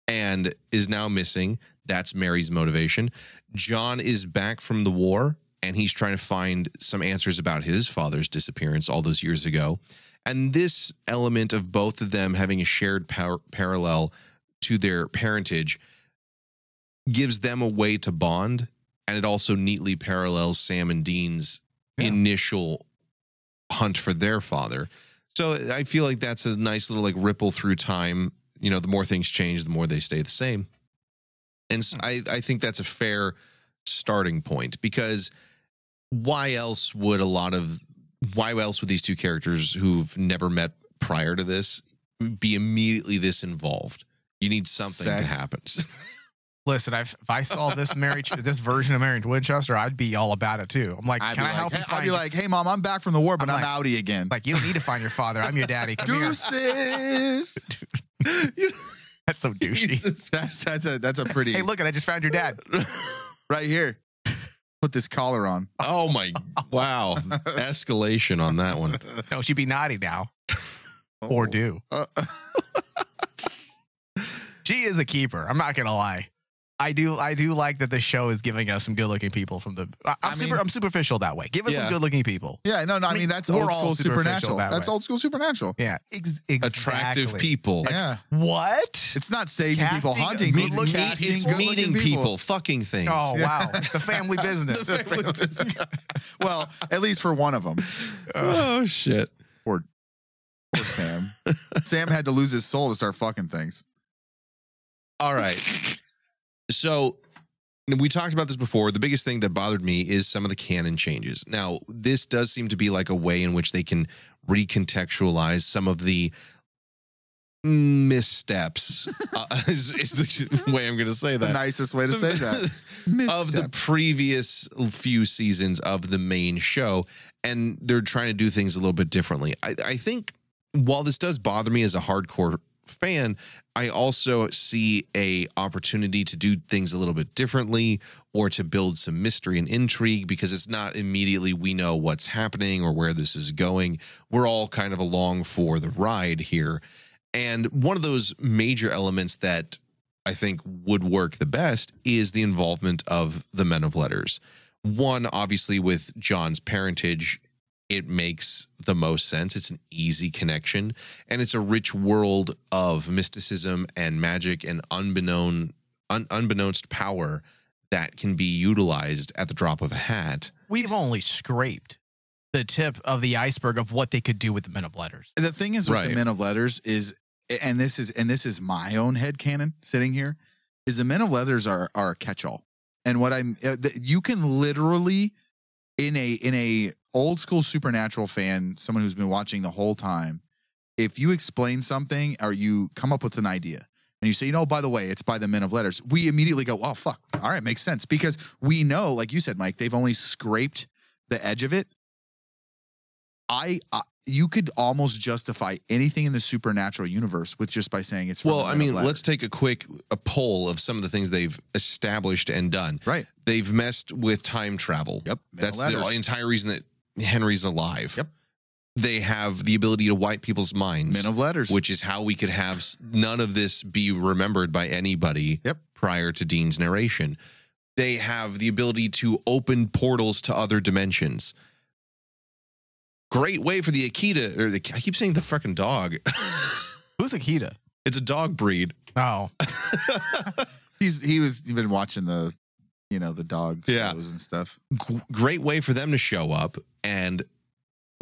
and is now missing. That's Mary's motivation. John is back from the war and he's trying to find some answers about his father's disappearance all those years ago. And this element of both of them having a shared par- parallel to their parentage gives them a way to bond. And it also neatly parallels Sam and Dean's
Yeah.
initial hunt for their father. So I feel like that's a nice little like ripple through time. You know, the more things change, the more they stay the same. And s I I I think that's a fair starting point because why else would a lot of why else would these two characters who've never met prior to this be immediately this involved? You need something
Sex.
to happen.
Listen, I've, if I saw this Mary, this version of Mary Winchester, I'd be all about it too. I'm like,
I'd
can
be
I
like,
help you
hey-
find?
I'd be like, hey mom, I'm back from the war, but
I'm
I'm,
like-
outy again.
Like, you don't need to find your father. I'm your daddy. Come here.
Deuces.
That's so douchey.
that's that's a that's a pretty
hey, look, and I just found your dad.
right here. Put this collar on.
oh my wow. Escalation on that one.
No, she'd be naughty now or do.
Uh,
She is a keeper. I'm not gonna lie. I do. I do like that the show is giving us some good-looking people from the. I- I'm
I
super.
mean-
I'm superficial that way. Give us
Yeah.
some good-looking people.
yeah, no, no. I
I
mean,
mean,
that's
we're
old
all
school
superficial
supernatural.
that
That's
way.
old school supernatural.
Yeah. Ex- exactly.
Attractive people.
yeah,
What?
it's not saving people,
Casting
haunting
good
people,
looking-
casting
it's
good
meeting
looking
people. fucking things.
Oh wow, the family business.
well, at least for one of them.
oh shit.
Poor Sam. Sam had to lose his soul to start fucking things.
All right. So we talked about this before. The biggest thing that bothered me is some of the canon changes. Now, this does seem to be like a way in which they can recontextualize some of the missteps. uh, is, is the way I'm going to say
The
that.
nicest way to say that. Misstep.
of the previous few seasons of the main show, and they're trying to do things a little bit differently. I, I think while this does bother me as a hardcore fan, I also see a opportunity to do things a little bit differently or to build some mystery and intrigue because it's not immediately we know what's happening or where this is going. We're all kind of along for the ride here. And one of those major elements that I think would work the best is the involvement of the men of letters. One, obviously, with John's parentage, it makes the most sense. It's an easy connection, and it's a rich world of mysticism and magic and unbeknown, un- unbeknownst power that can be utilized at the drop of a hat.
We've only scraped the tip of the iceberg of what they could do with the Men of Letters.
The thing is with the
Right.
men of letters is, and this is and this is my own head canon sitting here, is the men of letters are are a catch all, and what I'm uh, th- you can literally in a in a old school supernatural fan, someone who's been watching the whole time, if you explain something or you come up with an idea. And you say, you know, by the way, it's by the men of letters. We immediately go, oh, fuck. All right, makes sense. Because we know, like you said, Mike, they've only scraped the edge of it. I, I you could almost justify anything in the supernatural universe with just by saying it's. From
Well,
the
I
Men of
mean,
Letters.
let's take a quick a poll of some of the things they've established and done.
right.
They've messed with time travel.
Yep, Men
That's
of
the
letters.
entire reason that Henry's alive.
Yep.
They have the ability to wipe people's minds,
Men of letters.
which is how we could have s- none of this be remembered by anybody
Yep.
prior to Dean's narration. They have the ability to open portals to other dimensions. Great way for the Akita, or the, I keep saying the fucking dog.
Who's Akita?
it's a dog breed.
Oh,
he's he was you've been watching the, you know, the dog
Yeah.
shows and stuff.
G- great way for them to show up and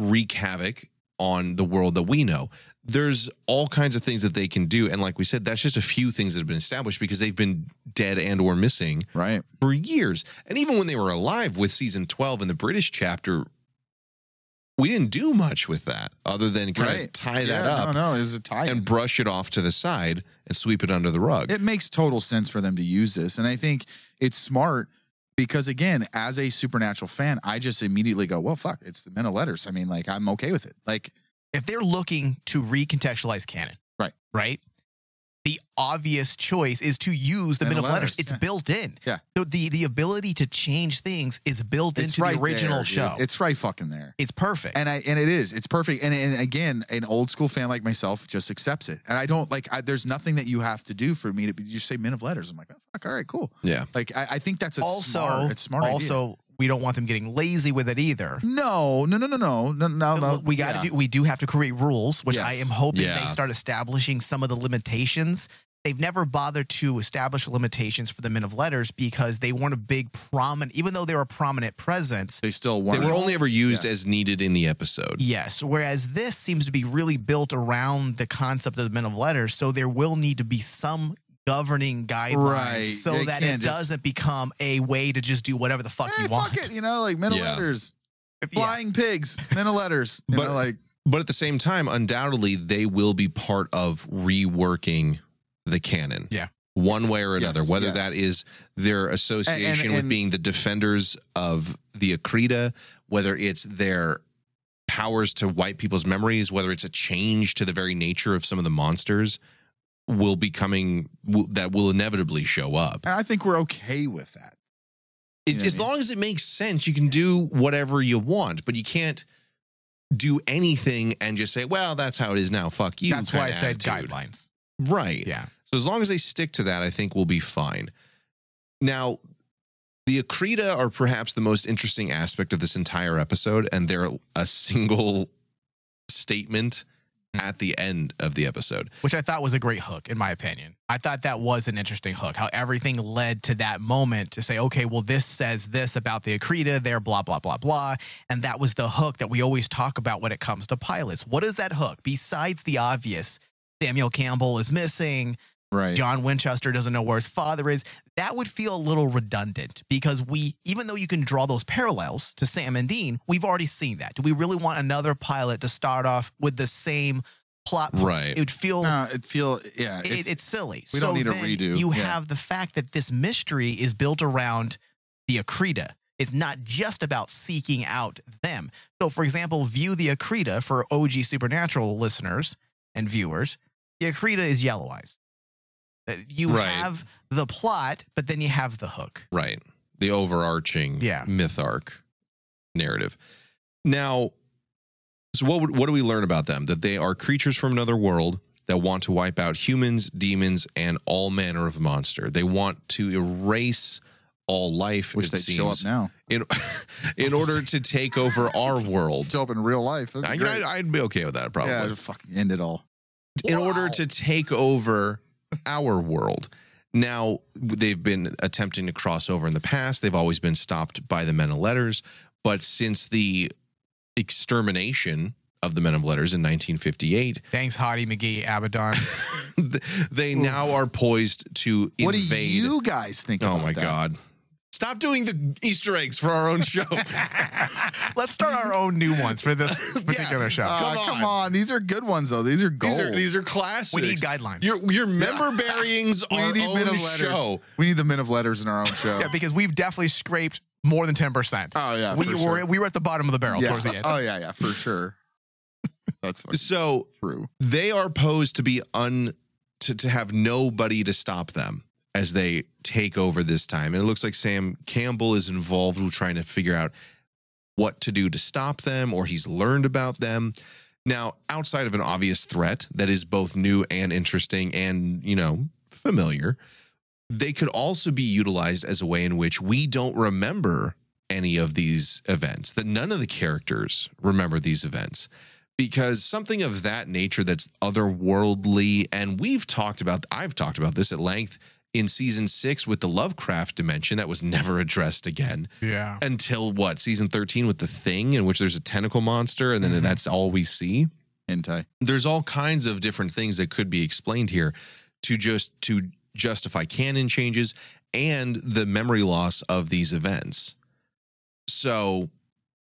wreak havoc on the world that we know. There's all kinds of things that they can do, and like we said, that's just a few things that have been established because they've been dead and or missing
right?
for years. And even when they were alive with season 12 in the British chapter, we didn't do much with that other than kind of
Right.
tie that
yeah,
up
No, no, it's a tie.
and brush it off to the side and sweep it under the rug.
it makes total sense for them to use this, and I think it's smart because again, as a supernatural fan, I just immediately go, "Well, fuck, it's the men of letters." I mean, like I'm okay with it. Like,
if they're looking to recontextualize canon,
Right.
right, the obvious choice is to use the
And
middle
the
letters.
letters,
It's
yeah.
built in.
Yeah.
So the the ability to change things is built into the original
there, dude.
show. It's
It's right fucking there.
it's perfect.
and I and it is it's perfect and and again an old school fan like myself just accepts it and I don't like I, there's nothing that you have to do for me to be, you say men of letters I'm like oh, fuck all right cool
Yeah.
like I, I think that's a
also,
smart, it's a smart idea.
also, we don't want them getting lazy with it either.
no no no no no no no no
we got to
yeah.
do. We do have to create rules, which I
Yes.
am hoping
Yeah.
they start establishing some of the limitations. They've never bothered to establish limitations for the men of letters because they weren't a big prominent, even though they were a prominent presence.
they still
They
weren't
were only ever used
Yeah.
as needed in the episode.
Yes. Whereas this seems to be really built around the concept of the men of letters. So there will need to be some governing guidelines
Right.
so
They
that it
can't just-
doesn't become a way to just do whatever the fuck
Eh,
you want.
fuck it you know like men of
Yeah.
letters
Yeah.
flying pigs men of letters you
But-
know like
But at the same time, undoubtedly, they will be part of reworking the canon.
Yeah.
One
Yes,
way or another,
yes,
whether
yes.
that is their association with
and-
being the defenders of the Akrita, whether it's their powers to wipe people's memories, whether it's a change to the very nature of some of the monsters, will be coming will, that will inevitably show up.
and I think we're okay with that
It,
Yeah,
as
yeah.
long as it makes sense, you can do whatever you want, but you can't do anything and just say, "Well, that's how it is now." Fuck you.
That's why I
kinda
said
attitude.
guidelines.
Right.
Yeah.
So as long as they stick to that, I think we'll be fine. Now, the Akrita are perhaps the most interesting aspect of this entire episode, and they're a single statement
Hmm.
at the end of the episode.
which I thought was a great hook, in my opinion. I thought that was an interesting hook, how everything led to that moment to say, okay, well, this says this about the Akrita, there, blah, blah, blah, blah. And that was the hook that we always talk about when it comes to pilots. What is that hook? Besides the obvious, Samuel Campbell is missing,
right
John Winchester doesn't know where his father is. That would feel a little redundant because we, even though you can draw those parallels to Sam and Dean, we've already seen that. Do we really want another pilot to start off with the same plot? point?
Right.
It would feel
no Uh, it feel yeah
it, it's, silly.
we don't need a
then
redo.
You
Yeah.
have the fact that this mystery is built around the Akrita. It's not just about seeking out them. So, for example, view the Akrita for OG Supernatural listeners and viewers. The Akrita is Yellow Eyes. Uh, You
Right.
have the plot, but then you have the hook.
Right. The overarching
Yeah.
myth arc narrative. Now, so what would, what do we learn about them? That they are creatures from another world that want to wipe out humans, demons, and all manner of monster. They want to erase all life,
which
it
they
seems,
show up now
in in order to take over our world.
show up in real life That'd be
I,
great.
I'd, I'd be okay with that, probably
yeah it'd fucking end it all
in order
Wow.
to take over our world. Now, they've been attempting to cross over in the past. They've always been stopped by the Men of Letters. But since the extermination of the Men of Letters in 1958,
Thanks, Hottie McGee, Abaddon.
th- they now are poised to
what do
invade.
you guys think
oh
about
my
that?
God. Stop doing the Easter eggs for our own show.
Let's start our own new ones for this particular show.
Uh,
Come on.
come, on. These are good ones, though. These are gold.
these are these are classics.
we need guidelines.
Your your member bearings
we
our
need
own
men of letters.
show.
We need the men of letters in our own show.
yeah, because we've definitely scraped more than 10%.
oh, yeah.
we,
for
were,
sure.
we were at the bottom of the barrel
yeah.
towards the end.
Oh, yeah, yeah, for sure. That's fucking
So
true.
they are posed to be un to, to have nobody to stop them as they take over this time and it looks like sam campbell is involved with trying to figure out what to do to stop them or he's learned about them now outside of an obvious threat that is both new and interesting and you know familiar they could also be utilized as a way in which we don't remember any of these events that none of the characters remember these events because something of that nature that's otherworldly and we've talked about i've talked about this at length in season six with the Lovecraft dimension that was never addressed again
Yeah.
until what season 13 with the thing in which there's a tentacle monster and then
Mhm.
that's all we see
hentai.
there's all kinds of different things that could be explained here to just to justify canon changes and the memory loss of these events so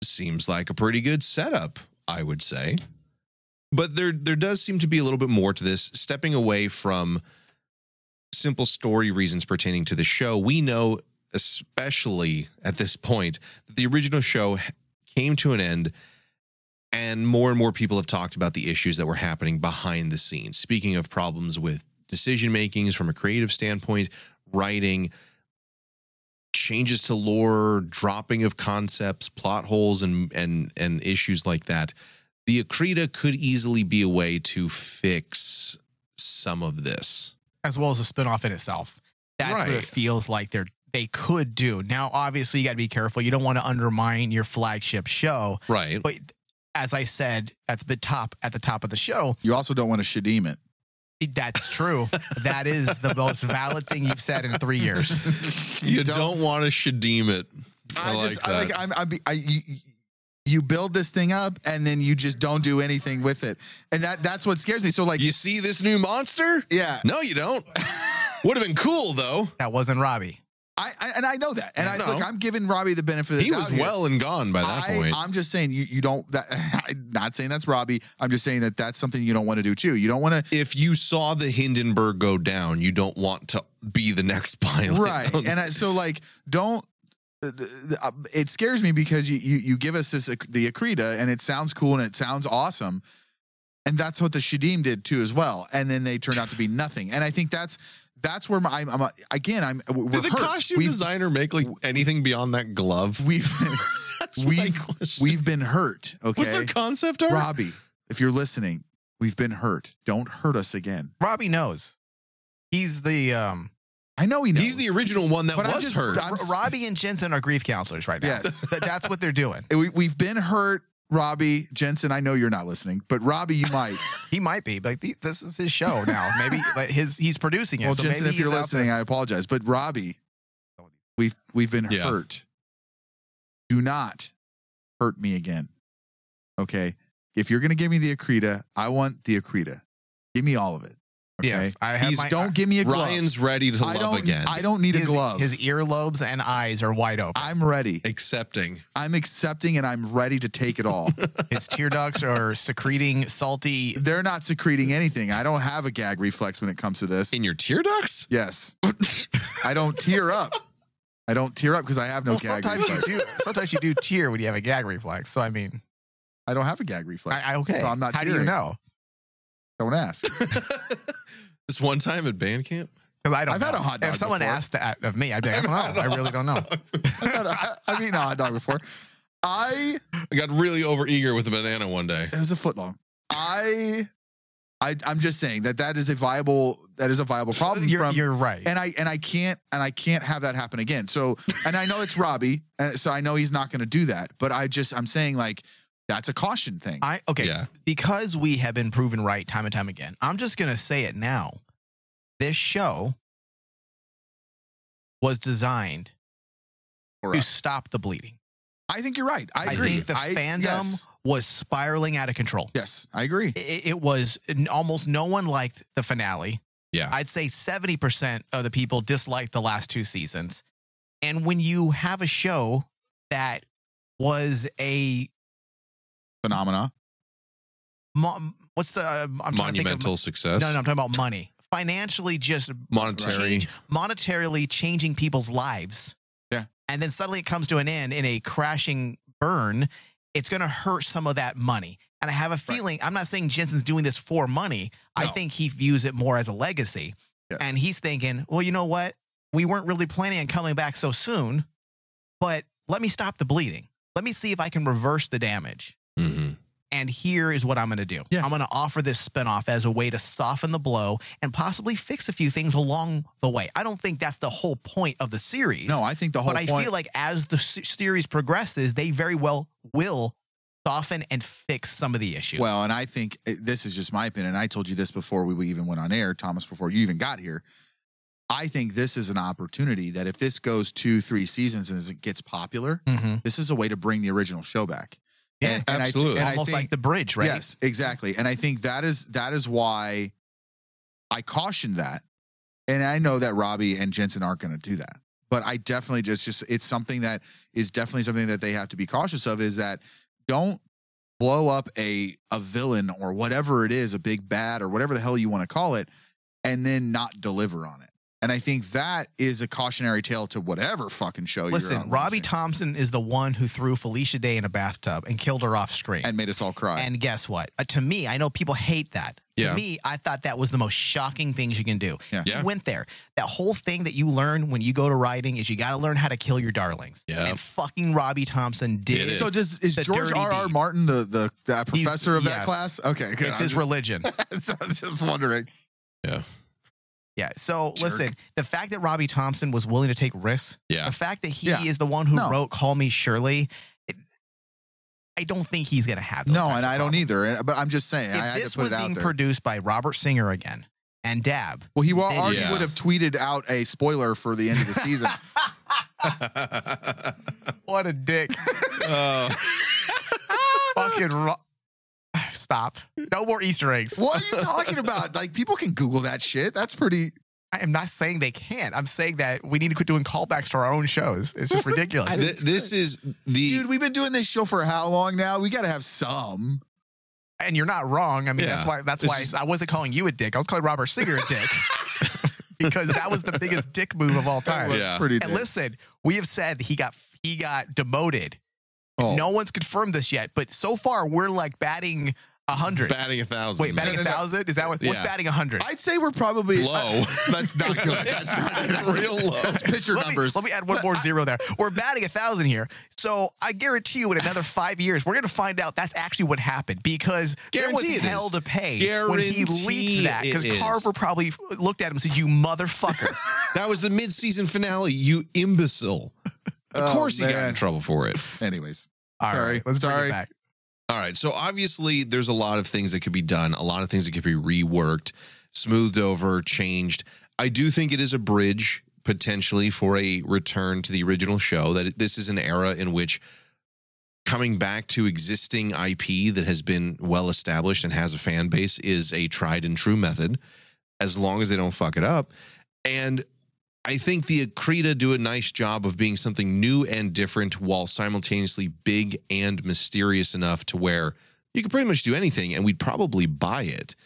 seems like a pretty good setup i would say but there there does seem to be a little bit more to this stepping away from simple story reasons pertaining to the show we know especially at this point that the original show came to an end and more and more people have talked about the issues that were happening behind the scenes. Speaking of problems with decision makings from a creative standpoint, writing, changes to lore, dropping of concepts, plot holes, and and and issues like that. The Akrita could easily be a way to fix some of this.
As well as a spinoff in itself. That's what
Right.
it feels like they're they could do. Now, obviously, you got to be careful. You don't want to undermine your flagship show.
Right.
But as I said at the top at the top of the show,
You also don't want to shadim it.
that's true. that is the most valid thing you've said in three years.
you, don't, want to shadim it. I,
I,
like
just,
that.
I like I'm, I'm be- I, you, you build this thing up and then you just don't do anything with it, and that that's what scares me. So like,
you see this new monster?
yeah,
No, you don't. Would have been cool though.
That wasn't Robbie.
I, I and I know that, and I,
No.
look, I'm giving Robbie the benefit. of the
He was
doubt here.
well and gone by that
I,
point.
I'm just saying you, you don't. That, I'm not saying that's Robbie. I'm just saying that that's something you don't want to do too. You don't want to.
if you saw the Hindenburg go down, you don't want to be the next pilot.
right and I, so like don't th- th- uh, it scares me because you you, you give us this ac- the akrita and it sounds cool and it sounds awesome and that's what the shadim did too as well and then they turned out to be nothing and i think that's that's where my, I'm, I'm uh, again i'm we're
Did the
hurt.
costume
we've,
designer make like anything beyond that glove?
we've
That's
we-
my question.
we've been hurt okay
Was there concept art?
robbie if you're listening we've been hurt don't hurt us again
Robbie knows. He's the um
i know he knows
He's the original one that
But I'm
was
just-
hurt.
I'm
R-
s-
Robbie and Jensen are grief counselors right now.
Yes.
That- that's what they're doing.
we, we've been hurt robbie jensen i know you're not listening but robbie you might
He might be, but th- this is his show now. Maybe like his he's producing it.
Well,
so
Jensen,
maybe
if you're
he's out
listening,
there-
I apologize. But Robbie, we've we've been
Yeah.
hurt. Do not hurt me again. Okay. If you're gonna give me the Akrita, I want the Akrita. Give me all of it. Okay.
yes, I have
Please
my
don't give me a glove.
Ryan's ready to
I
love
don't.
again.
I don't need
his,
a glove.
His earlobes and eyes are wide open.
I'm ready.
Accepting.
I'm accepting, and I'm ready to take it all.
His tear ducts are secreting salty.
They're not secreting anything. I don't have a gag reflex when it comes to this.
In your tear ducts?
Yes, I don't tear up. I don't tear up because I have no
well,
gag
sometimes
reflex.
you do. Sometimes you do tear when you have a gag reflex. So I mean,
I don't have a gag reflex.
I, I okay.
So I'm not
How do
tearing.
you know?
Don't ask.
this one time at band camp?
'Cause I don't.
I've
know.
had a hot dog
If someone
before.
asked that of me, I'd be like, I
I've had
don't know.
a
I really don't know.
I've, had a, I've eaten a hot dog before. I
I got really over eager with a banana one day.
it was a foot long. I, I I'm just saying that that is a viable that is a viable problem.
You're,
from,
you're right.
and I and I can't and I can't have that happen again. So and I know it's Robbie, and so I know he's not going to do that. But I just I'm saying like that's a caution thing.
I okay
Yeah.
s- because we have been proven right time and time again. I'm just gonna say it now. This show was designed
Or
to
I,
stop the bleeding.
I think you're right. I
I,
agree.
think the
I-
fandom
Yes,
was spiraling out of control.
yes, I agree.
It, it was n- almost no one liked the finale.
Yeah.
I'd say 70% of the people disliked the last two seasons. And when you have a show that was a
Phenomena.
mo- what's the uh, I'm trying to think of-
Monumental success.
No, no, I'm talking about money. Financially, just
Monetary.
change- monetarily changing people's lives.
Yeah.
And then suddenly it comes to an end in a crashing burn. It's going to hurt some of that money. And I have a feeling, I'm not saying Jensen's doing this for money. I
No.
think he views it more as a legacy.
Yes.
And he's thinking, well, you know what? We weren't really planning on coming back so soon, but let me stop the bleeding. Let me see if I can reverse the damage
Mhm.
and here is what I'm going to do.
Yeah.
I'm going to offer this spinoff as a way to soften the blow and possibly fix a few things along the way. I don't think that's the whole point of the series.
No, I think the whole
but I
point.
feel like as the se- series progresses, they very well will soften and fix some of the issues.
Well, and I think eh, this is just my opinion. and I told you this before we even went on air, Thomas, before you even got here. I think this is an opportunity that if this goes two, three seasons and it gets popular,
Mm-hmm.
this is a way to bring the original show back.
Yeah,
And- and I-
absolutely.
and I
Almost
think-
like the bridge, right?
Yes, exactly. And I think that is that is why I cautioned that. And I know that Robbie and Jensen aren't going to do that. But I definitely just just it's something that is definitely something that they have to be cautious of is that don't blow up a a villain or whatever it is, a big bad or whatever the hell you want to call it and then not deliver on it. And I think that is a cautionary tale to whatever fucking show you're
Listen,
on
Robbie
watching.
Thompson is the one who threw Felicia Day in a bathtub and killed her off screen.
and made us all cry.
And guess what? Uh, to me, I know people hate that.
Yeah.
To me, I thought that was the most shocking things you can do.
Yeah.
Yeah.
You went there. That whole thing that you learn when you go to writing is you got to learn how to kill your darlings.
Yeah.
And fucking Robbie Thompson did.
Did it.
So does is
The
George
dirty
R. R.
deed.
Martin the the, the professor of that
yes.
class? Okay, good.
it's
I'm
his
just,
religion.
so I was just wondering.
Yeah. So
Jerk.
listen, the fact that Robbie Thompson was willing to take risks,
Yeah.
the fact that he
Yeah.
is the one who
No.
wrote "Call Me Shirley," it, I don't think he's gonna have those
No,
types
and
of
I don't
problems.
either. and- But I'm just saying, I
If
had
this
to put
was
it out
being
there.
produced by Robert Singer again and Dab,
well, he wa-
then
already
yes.
would have tweeted out a spoiler for the end of the season.
what a dick!
Oh,
Fucking ro- stop. No more Easter eggs.
what are you talking about? Like people can Google that shit. That's pretty.
I am not saying they can't. I'm saying that we need to quit doing callbacks to our own shows. It's just ridiculous.
th- this is the
Dude, we've been doing this show for how long now? We got to have some.
and you're not wrong. I mean,
Yeah.
that's why that's
It's
why
just-
I wasn't calling you a dick. I was calling Robert Singer a dick because that was the biggest dick move of all time.
That's
Yeah.
pretty.
And
dick.
listen, we have said he got he got demoted.
Oh.
No one's confirmed this yet, but so far we're like batting a hundred.
batting a thousand.
Wait, batting a
man.
thousand? Is that what? What's
Yeah.
batting a hundred?
I'd say we're probably
Low.
that's not good. That's, not,
That's real low.
That's picture
Let me,
numbers.
let me add one more zero there. We're batting a thousand here, so I guarantee you, in another five years, we're going to find out that's actually what happened because
Guarantee
there
it
was hell
is.
to pay when he
Guarantee
leaked that because
it is.
Carver probably f- looked at him and said, "You motherfucker."
That was the mid-season finale. You imbecile. Of
Oh,
course, he got
man.
in trouble for it.
Anyways,
All right,
Sorry.
let's bring
Sorry.
it back.
All right. So obviously, there's a lot of things that could be done, a lot of things that could be reworked, smoothed over, changed. I do think it is a bridge potentially for a return to the original show. That this is an era in which coming back to existing IP that has been well established and has a fan base is a tried and true method, as long as they don't fuck it up. And I think the Akrita do a nice job of being something new and different while simultaneously big and mysterious enough to where you could pretty much do anything and we'd probably buy it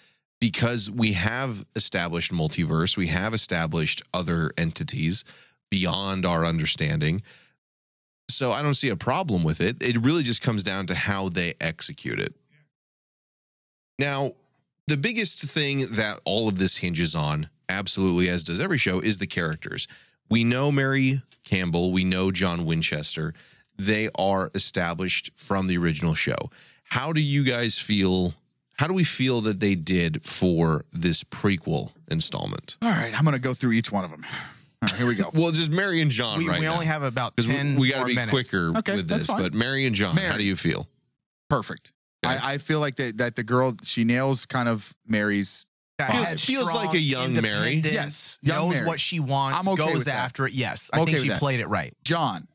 because we have established multiverse, we have established other entities beyond our understanding. So I don't see a problem with it. It really just comes down to how they execute it. Now, the biggest thing that all of this hinges on, absolutely as does every show, is the characters. We know Mary Campbell, we know John Winchester. They are established from the original show. How do you guys feel? How do we feel that they did for this prequel installment?
all right, I'm gonna go through each one of them. All right, here we go.
Well, just Mary and John
We,
right
we only have about
because
ten.
we, we got to
more
be
minutes.
quicker
Okay,
with this.
that's fine.
But Mary and John, how
Mary.
do you feel?
perfect.
Okay.
I, I feel like that that the girl she nails kind of Mary's.
That
Feels-
headstrong,
feels like a young Mary.
independent,
Yes, young
knows
Mary.
what she wants.
I'm okay
goes
with that.
after it. Yes, I
I'm okay
think she
with that.
played it right.
John.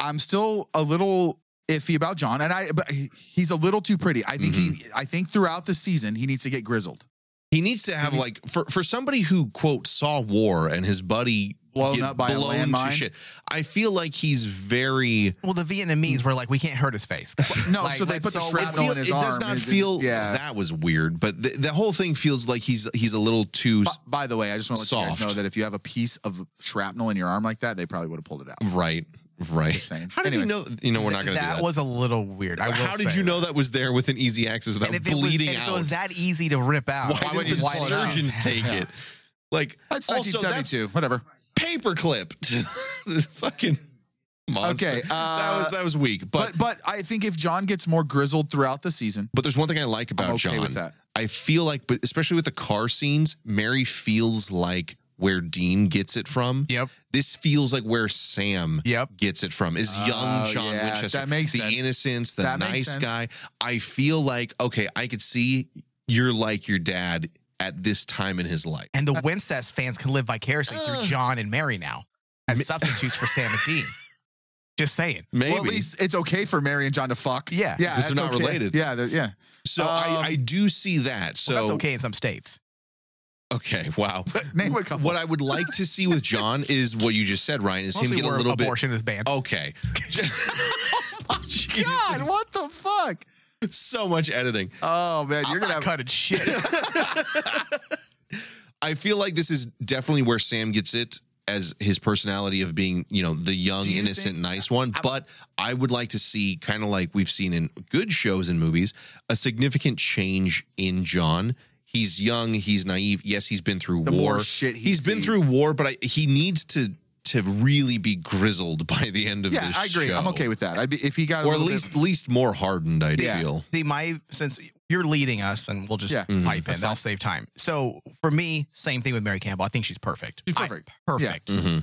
I'm still a little iffy about John, and I but he- he's a little too pretty. I think he I think throughout the season he needs to get grizzled.
He needs to have like for for somebody who quote saw war and his buddy
Blown
get
up by a
to
landmine?
I feel like he's very.
Well, the Vietnamese
Hmm.
were like, we can't hurt his face.
No,
Like,
so they
like,
put the
so
shrapnel
it
in
feel-
his
it
arm.
does not
It-
feel
yeah.
that was weird, but the, the whole thing feels like he's he's a little too
B- by the way, I just want to let you
Soft.
guys know that if you have a piece of shrapnel in your arm like that, they probably would have pulled it out.
right, right.
Just saying.
How did you know? You know we're not going to do
that
that.
was a little weird. I will
How did
say
you
that.
know that was there with an easy access without
And if it was,
bleeding
and
out?
if it was that easy to rip out,
why,
would
did
you
the
pull it out?
surgeons take
Yeah.
it? Like
That's
also that's
1972. Whatever.
paperclip. The fucking monster.
Okay,
that
uh,
was that was weak, but
But, but I think if John gets more grizzled throughout the season,
But there's one thing I like about
okay
John.
with that.
I feel like, but especially with the car scenes, Mary feels like where Dean gets it from.
Yep.
This feels like where Sam
Yep.
gets it from. Is young
Oh,
John
yeah,
Winchester.
that makes
the
sense.
innocence, the
That makes
nice
sense.
guy. I feel like, okay, I could see you're like your dad at this time in his life.
And the Winces fans can live vicariously through John and Mary now as substitutes for Sam and Dean. Just saying.
Maybe.
Well, at least it's okay for Mary and John to fuck.
Yeah.
yeah,
Because they're not
that's
related.
Yeah, they're- yeah.
so I,
um,
I do see that. So
That's okay in some states.
Okay. Wow.
Name a couple.
What I would like to see with John is what you just said, Ryan, is
Mostly
him get a
where
little
abortion is banned.
bit. Oh. Okay.
Oh God, what the fuck?
So much editing.
Oh man,
I'm
you're gonna
not
have
cutting shit.
I feel like this is definitely where Sam gets it as his personality of being, you know, the young,
Do you
innocent,
think-
nice one. but I would like to see, kind of like we've seen in good shows and movies, a significant change in John. He's young, he's naive. Yes, he's been through
The
war.
more shit he
he's been
sees.
through war, but I, he needs to to really be grizzled by the end of
Yeah,
this
I agree.
show.
I'm okay with that. I'd be if he got a
Or at
little
least least more hardened, I
Yeah.
feel.
See, my since you're leading us, and we'll just
Yeah.
Mhm.
pipe in. That'll save time. So for me, same thing with Mary Campbell. I think she's perfect.
She's
I-
perfect.
perfect.
hmm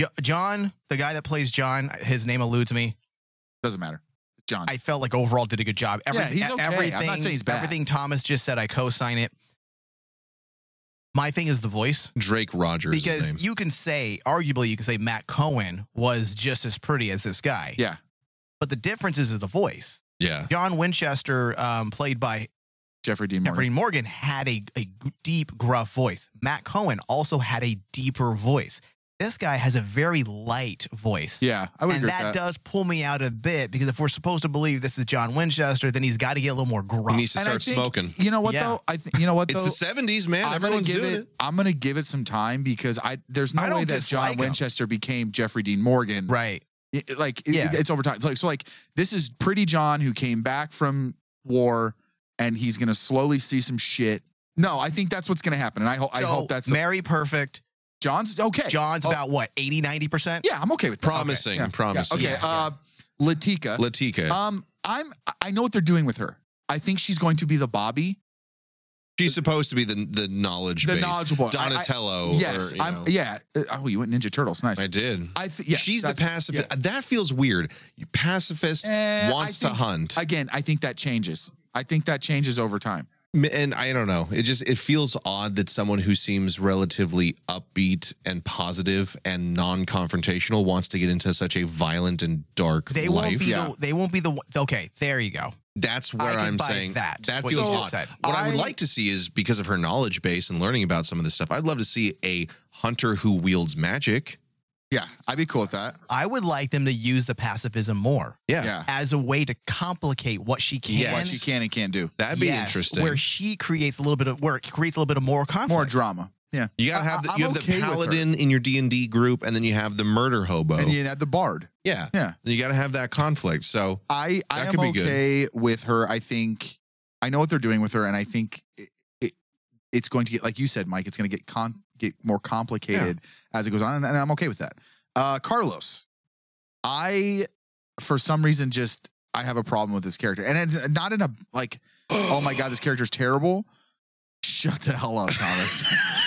Jo- John, the guy that plays John, his name eludes me.
bit, doesn't matter. John,
I felt like overall did a good job.
Yeah,
Everything,
he's okay. I'm not
everything,
saying he's bad.
everything Thomas just said, I co-sign it. My thing is the voice.
Drake Rogers. is his name.
Because you can say, arguably, you can say Matt Cohen was just as pretty as this guy.
Yeah.
But the difference is the voice.
yeah.
John Winchester, um, played by
Jeffrey Dean Morgan.
Jeffrey Morgan, had a, a deep, gruff voice. Matt Cohen also had a deeper voice. This guy has a very light voice.
Yeah, I would
and
agree
that,
with that.
does pull me out a bit because if we're supposed to believe this is John Winchester, then he's got to get a little more gruff.
He needs to
And I
start
think-
smoking.
you know what
Yeah.
though? I think you know what
It's
though.
the 70s, man.
I'm gonna
Everyone's
give
doing
it,
it.
I'm gonna give it some time because I there's no
I don't
way that John
dislike him.
Winchester became Jeffrey Dean Morgan.
right.
It- it- like it-
Yeah.
it's over time. Like so, like this is pretty John who came back from war, and he's gonna slowly see some shit. No, I think that's what's gonna happen, and I hope I
So,
hope that's
Mary Perfect.
John's okay.
John's about what, 80, 90%?
yeah, I'm okay with that.
Promising,
Okay, yeah.
promising.
Okay,
Yeah,
uh, Latika.
Latika.
um, I'm I know what they're doing with her. I think she's going to be the Bobby,
She's supposed to be the the knowledge
the
base.
knowledgeable I- I-
Donatello.
yes,
or, you
I'm.
know.
Yeah. Uh, Oh, you went Ninja Turtles. Nice.
I did.
I th- yes,
She's the
that's-
pacifist.
yes.
That feels weird. Pacifist
Eh,
wants to
I think-
hunt,
Again, I think that changes. I think that changes over time.
and I don't know. It just it feels odd that someone who seems relatively upbeat and positive and non-confrontational wants to get into such a violent and dark
They won't
life.
be
Yeah.
the, they won't be the one- okay, there you go.
That's where
I can
I'm
buy
saying
that, what
feels
you just
odd.
said.
What I, would
I-
like to see is because of her knowledge base and learning about some of this stuff. I'd love to see a hunter who wields magic.
Yeah, I'd be cool with that.
I would like them to use the pacifism more
Yeah,
Yeah.
as a way to complicate what she can.
Yes.
What you can and can't do.
that'd be
Yes,
interesting.
Where she creates a little bit of where it creates a little bit of moral conflict.
More drama. Yeah.
you gotta
I-
have the,
I'm
you have
okay
the
with her.
paladin in your D and D group, and then you have the murder hobo.
And you had the bard.
yeah,
Yeah.
You gotta have that conflict. So
I, I
That
am
could be good.
okay with her. I think I know what they're doing with her, and I think it, it it's going to get like you said, Mike. It's going to get con get more complicated as it goes on, and, and I'm okay with that. Uh, Carlos, I for some reason just I have a problem with this character, and it's not in a like oh my god, this character's terrible. Shut the hell up, Thomas.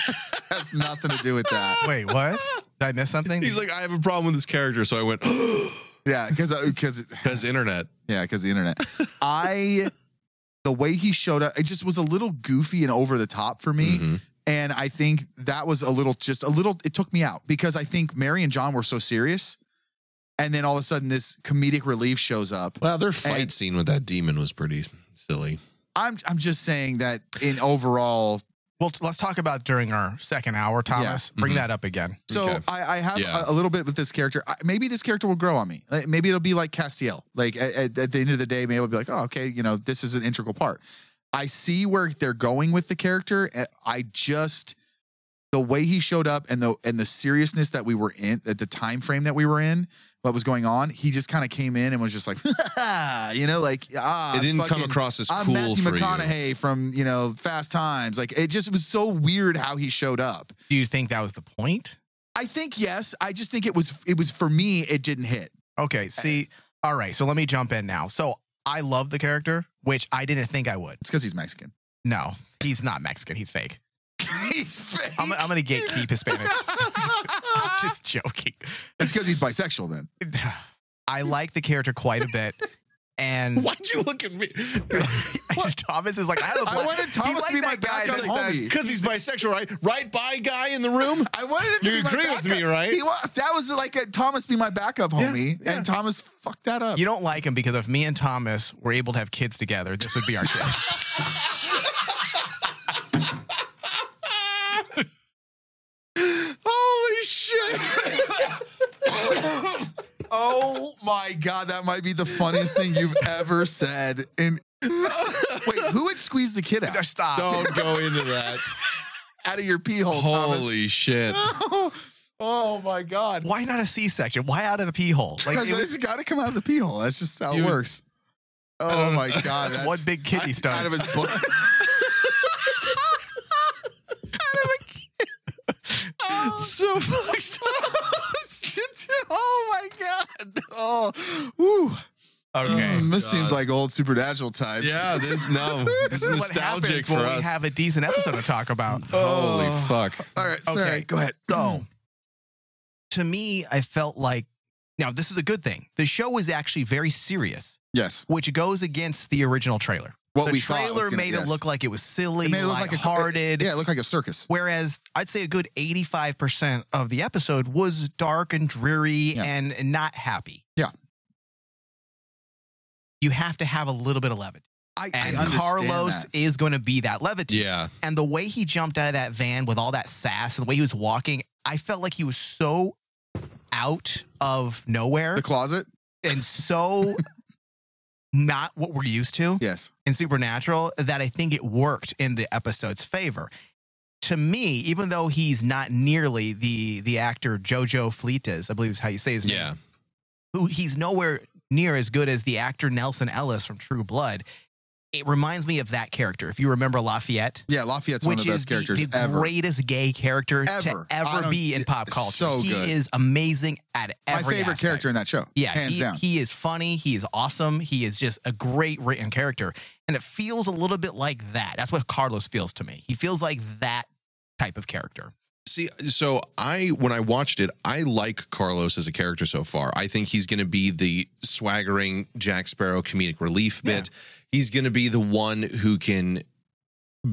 Has nothing to do with that.
Wait, what? Did I miss something?
he's like, I have a problem with this character. So I went
Yeah, uh, because because
because internet.
Yeah, because the internet. I the way he showed up, it just was a little goofy and over the top for me.
Mhm.
And I think that was a little just a little it took me out because I think Mary and John were so serious. And then all of a sudden this comedic relief shows up.
Wow, their fight
And-
scene with that demon was pretty silly.
I'm I'm just saying that in overall.
well, t- let's talk about during our second hour, Thomas. Bring
Mhm.
that up again.
So
Okay.
I, I have
Yeah.
a, a little bit with this character. I, maybe this character will grow on me. Like, Maybe it'll be like Castiel. Like at, at- at the end of the day, maybe I'll be like, oh, okay, you know, this is an integral part. I see where they're going with the character. and I just the way he showed up and the and the seriousness that we were in at the time frame that we were in, what was going on. He just kind of came in and was just like, you know, like ah,
it didn't come
fucking-
across as
I'm
cool
Matthew
for you.
McConaughey from you know Fast Times. Like it just was so weird how he showed up.
Do you think that was the point?
I think yes. I just think it was it was for me. It didn't hit.
Okay. See, all right. So let me jump in now. So I love the character, which I didn't think I would.
It's because he's Mexican.
No, he's not Mexican. He's fake.
he's fake.
I'm, I'm gonna gatekeep Hispanic. I'm just joking.
it's because he's bisexual. Then
I like the character quite a bit. And
Why'd you look at me?
Thomas is like, I have a
I
plan.
wanted
He's
Thomas to be
that
my
guy
backup
that
homie.
says-
Because he's bisexual, right? Right by guy in the room?
I wanted him
You
to be my
agree with
backup.
me, right?
He wa- that was like a, Thomas be my backup homie,
yeah.
and Thomas fucked that up.
You don't like him because if me and Thomas were able to have kids together, this would be our kid.
Holy shit.
oh my god, that might be the funniest thing you've ever said. And wait, who would squeeze the kid out
Stop.
Don't go into that.
out of your pee hole,
Holy shit.
Thomas? oh my god,
Why not a C-section? Why out of the pee hole? Like
because
it was
it's got to come out of the pee hole. That's just how
Dude.
it works. Oh my god,
one big kidney stone.
out of his butt.
so fucked
oh my god. Oh, woo.
okay.
Mm, this
God.
seems like old supernatural types.
Yeah, this, no. This is nostalgic for
when we
us.
have a decent episode to talk about.
Holy
Oh.
fuck.
All right, sorry.
Okay.
Go ahead. Mm.
So, Oh. to me, I felt like now this is a good thing. The show was actually very serious,
Yes.
which goes against the original trailer.
What
the
we thought was
trailer
gonna-
made
yes.
it look like it was silly,
It made it look like a-
lighthearted.
Yeah, it looked like a circus.
Whereas I'd say a good 85% of the episode was dark and dreary
Yeah.
and and not happy.
Yeah.
You have to have a little bit of levity.
I, I
And
understand
Carlos
that.
is going to be that levity.
Yeah.
And the way he jumped out of that van with all that sass and the way he was walking, I felt like he was so out of nowhere
the closet.
and so not what we're used to
Yes.
in Supernatural that I think it worked in the episode's favor. To me, even though he's not nearly the the actor Jojo Fleitas, I believe is how you say his name,
Yeah.
who he's nowhere near as good as the actor Nelson Ellis from True Blood. It reminds me of that character. If you remember Lafayette,
Yeah, Lafayette's one of the best characters
the,
ever.
greatest gay character to
Ever. I
ever
don't-
be in pop
it's
culture.
so
he
good.
is amazing at
My
every
favorite
aspect.
character in that show.
Yeah,
hands
he,
down.
he is funny. He is awesome. He is just a great written character, and it feels a little bit like that. That's what Carlos feels to me. He feels like that type of character.
See, so I when I watched it, I like Carlos as a character so far. I think he's going to be the swaggering Jack Sparrow comedic relief bit. He's going to be the one who can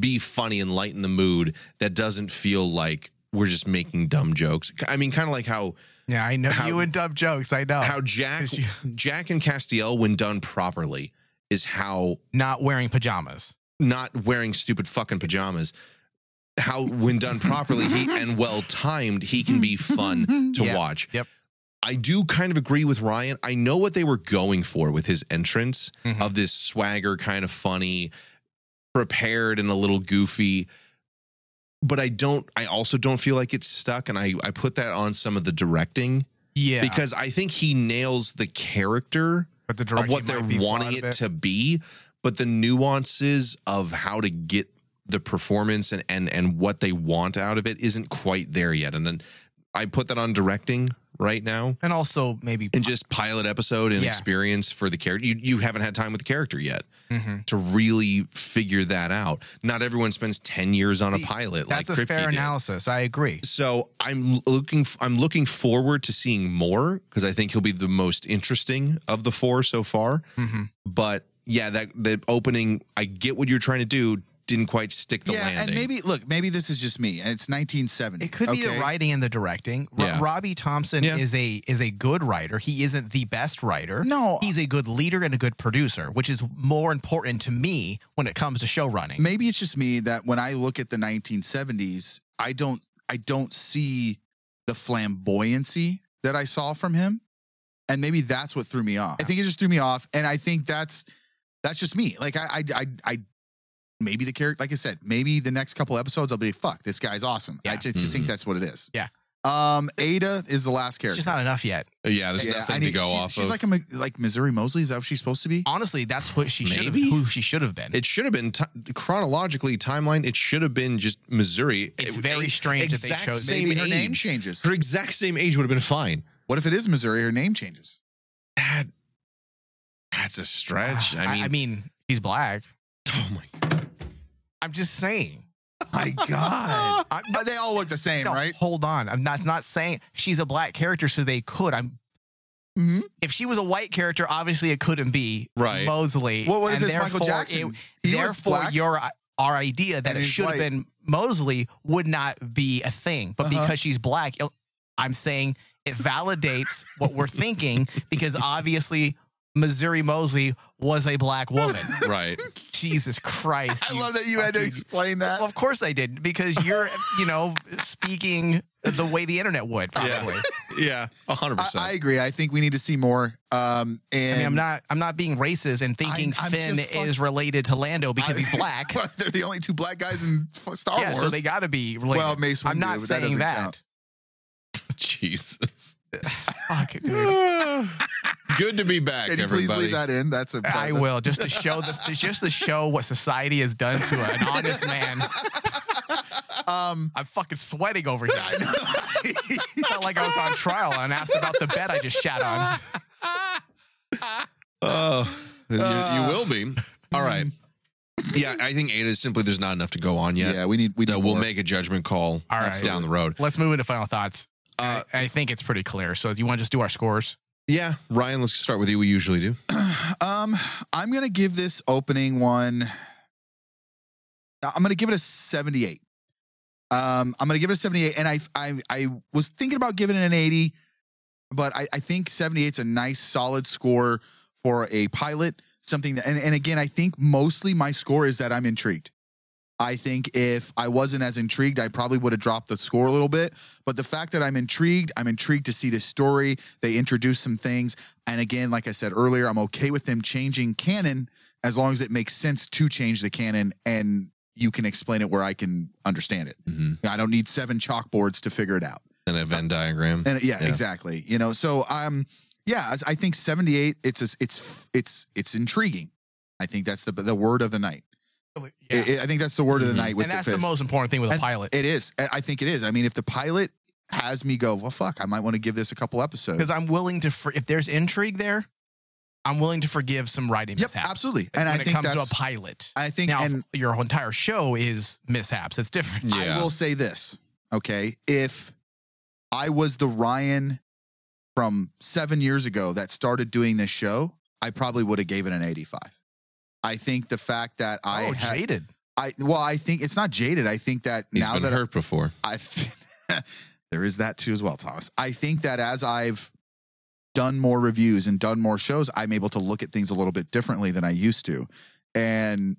be funny and lighten the mood that doesn't feel like we're just making dumb jokes. I mean, kind of like how
Yeah, I know
How-
you and dumb jokes. I know.
how Jack
Did Oh, you-
Jack and Castiel when done properly is how
not wearing pajamas.
not wearing stupid fucking pajamas. How, when done properly he, and well timed, he can be fun to
Yep,
watch.
yep.
I do kind of agree with Ryan. I know what they were going for with his entrance
Mhm.
of this swagger, kind of funny, prepared, and a little goofy. But I don't, I also don't feel like it's stuck. And I, I put that on some of the directing
Yeah,
because I think he nails the character
but the
of
direction
what they're wanting it to be, but the nuances of how to get the performance and and and what they want out of it isn't quite there yet. And then I put that on directing right now
and also maybe.
and just pilot episode and
Yeah.
experience for the character. You you haven't had time with the character yet
Mhm.
to really figure that out. Not everyone spends 10 years on a pilot
That's
like
a
Kripke
fair
did.
analysis. I agree.
So I'm looking f- I'm looking forward to seeing more because I think he'll be the most interesting of the four so far
Mm-hmm.
hmm
but yeah, that the opening, I get what you're trying to do, didn't quite stick the
yeah,
landing.
and maybe look, maybe this is just me. And it's 1970.
It could be the
okay?
writing and the directing. Ro-
Yeah.
Robbie Thompson
Yeah.
is a is a good writer. He isn't the best writer.
No,
He's a good leader and a good producer, which is more important to me when it comes to show running.
maybe it's just me that when I look at the 1970s, I don't I don't see the flamboyancy that I saw from him. And maybe that's what threw me off. I think it just threw me off. And I think that's that's just me. Like I I I, I maybe the character like I said, maybe the next couple episodes I'll be like, fuck, this guy's awesome. I
Yeah.
just, just
Mm-hmm.
think that's what it is.
Yeah.
Um Ada is the last
It's
character.
just not enough yet.
Uh, yeah, there's
Yeah,
nothing
I
to
need-
go
she's-
off
She's
of.
like a Mi- like Missouri Mosley. Is that what she's supposed to be?
Honestly, that's what she should have
Maybe.
who she should have been.
it should have been ti chronologically timeline. It should have been just Missouri.
it's
It-
very
it-
strange that they
exact
chose
same
Maybe her
age.
name changes.
Her exact same age would have been fine.
What if it is Missouri? Her name changes.
That, that's a stretch. I mean,
I mean, he's black.
oh my
I'm just saying.
My God.
I'm,
But they all look the same,
no,
right?
Hold on. I'm not not saying she's a black character, so they could. I'm
Mhm.
If she was a white character, obviously it couldn't be
Right.
Mosley.
Well, what if
and
it's Michael
therefore
Jackson?
it-
He was
therefore,
black.
your our idea that
And
it
he's
should have
white.
been Mosley would not be a thing. But
Uh-huh.
because she's black, it- I'm saying it validates what we're thinking because obviously Missouri Mosley was a black woman.
right.
Jesus Christ!
I
you
love that you had to
fucking-
explain that.
well, of course I did because you're, you know, speaking the way the internet would. Probably.
Yeah, hundred
I,
percent.
I agree. I think we need to see more. Um, and
I mean, I'm not, I'm not being racist and thinking
I'm
Finn
just fuck-
is related to Lando because he's black.
They're the only two black guys in Star
yeah,
Wars.
so they got to be related.
Well, Mace
I'm
Windu,
not
but that
saying
doesn't
that.
count.
Jesus.
Fuck, dude.
Good to be back,
Can you
everybody.
please leave that in? That's a.
I will just to show the just to show what society has done to an honest man.
Um,
I'm fucking sweating over here. It's not like I was on trial and asked about the bed I just shat on.
Oh, you, you
Ah.
will be. All right. Yeah, I think Ada is simply there's not enough to go on
yeah.
yet.
we need. We
so
need
we'll
more.
make a judgment call
All right.
down the road.
Let's move into final thoughts.
Uh,
I- I think it's pretty clear. So you want to just do our scores?
Yeah, Ryan, let's start with you. We usually do.
Um, I'm gonna give this opening one. I'm gonna give it a 78. Um, I'm gonna give it a 78, and I I I was thinking about giving it an 80, but I I think 78 is a nice solid score for a pilot. Something that, and, and again, I think mostly my score is that I'm intrigued. I think if I wasn't as intrigued, I probably would have dropped the score a little bit. But the fact that I'm intrigued, I'm intrigued to see this story. They introduce some things. And again, like I said earlier, I'm okay with them changing canon as long as it makes sense to change the canon and you can explain it where I can understand it.
Mhm.
I don't need seven chalkboards to figure it out.
And a Venn diagram.
And yeah,
Yeah.
exactly. You know, so um, yeah, I- I think seventy eight. It's a, it's it's it's intriguing. I think that's the the word of the night.
Yeah. Mm-hmm.
I- I think that's the word of the
Mhm.
night. With
and that's
the,
the,
fist.
most important thing with a
Mm-hmm. And
pilot
It is. I I think it is. I mean, if the pilot has me go, well, fuck, I might want to give this a couple episodes.
because I'm willing to. For, if there's intrigue there, I'm willing to forgive some writing
Yep,
mishaps.
absolutely.
when
And I
it
think
comes to a
that's.
pilot,
I think,
now
and Mm,
your entire show is mishaps. It's different.
I will say this, okay? If I was the Ryan from seven years ago that started doing this show, I probably would have gave it an eighty-five. I think the fact that I
oh,
had,
jaded.
I well, I think it's not jaded. I think that
He's
now
been
that I-
hurt before.
I there is that too as well, Thomas. I think that as I've done more reviews and done more shows, I'm able to look at things a little bit differently than I used to, and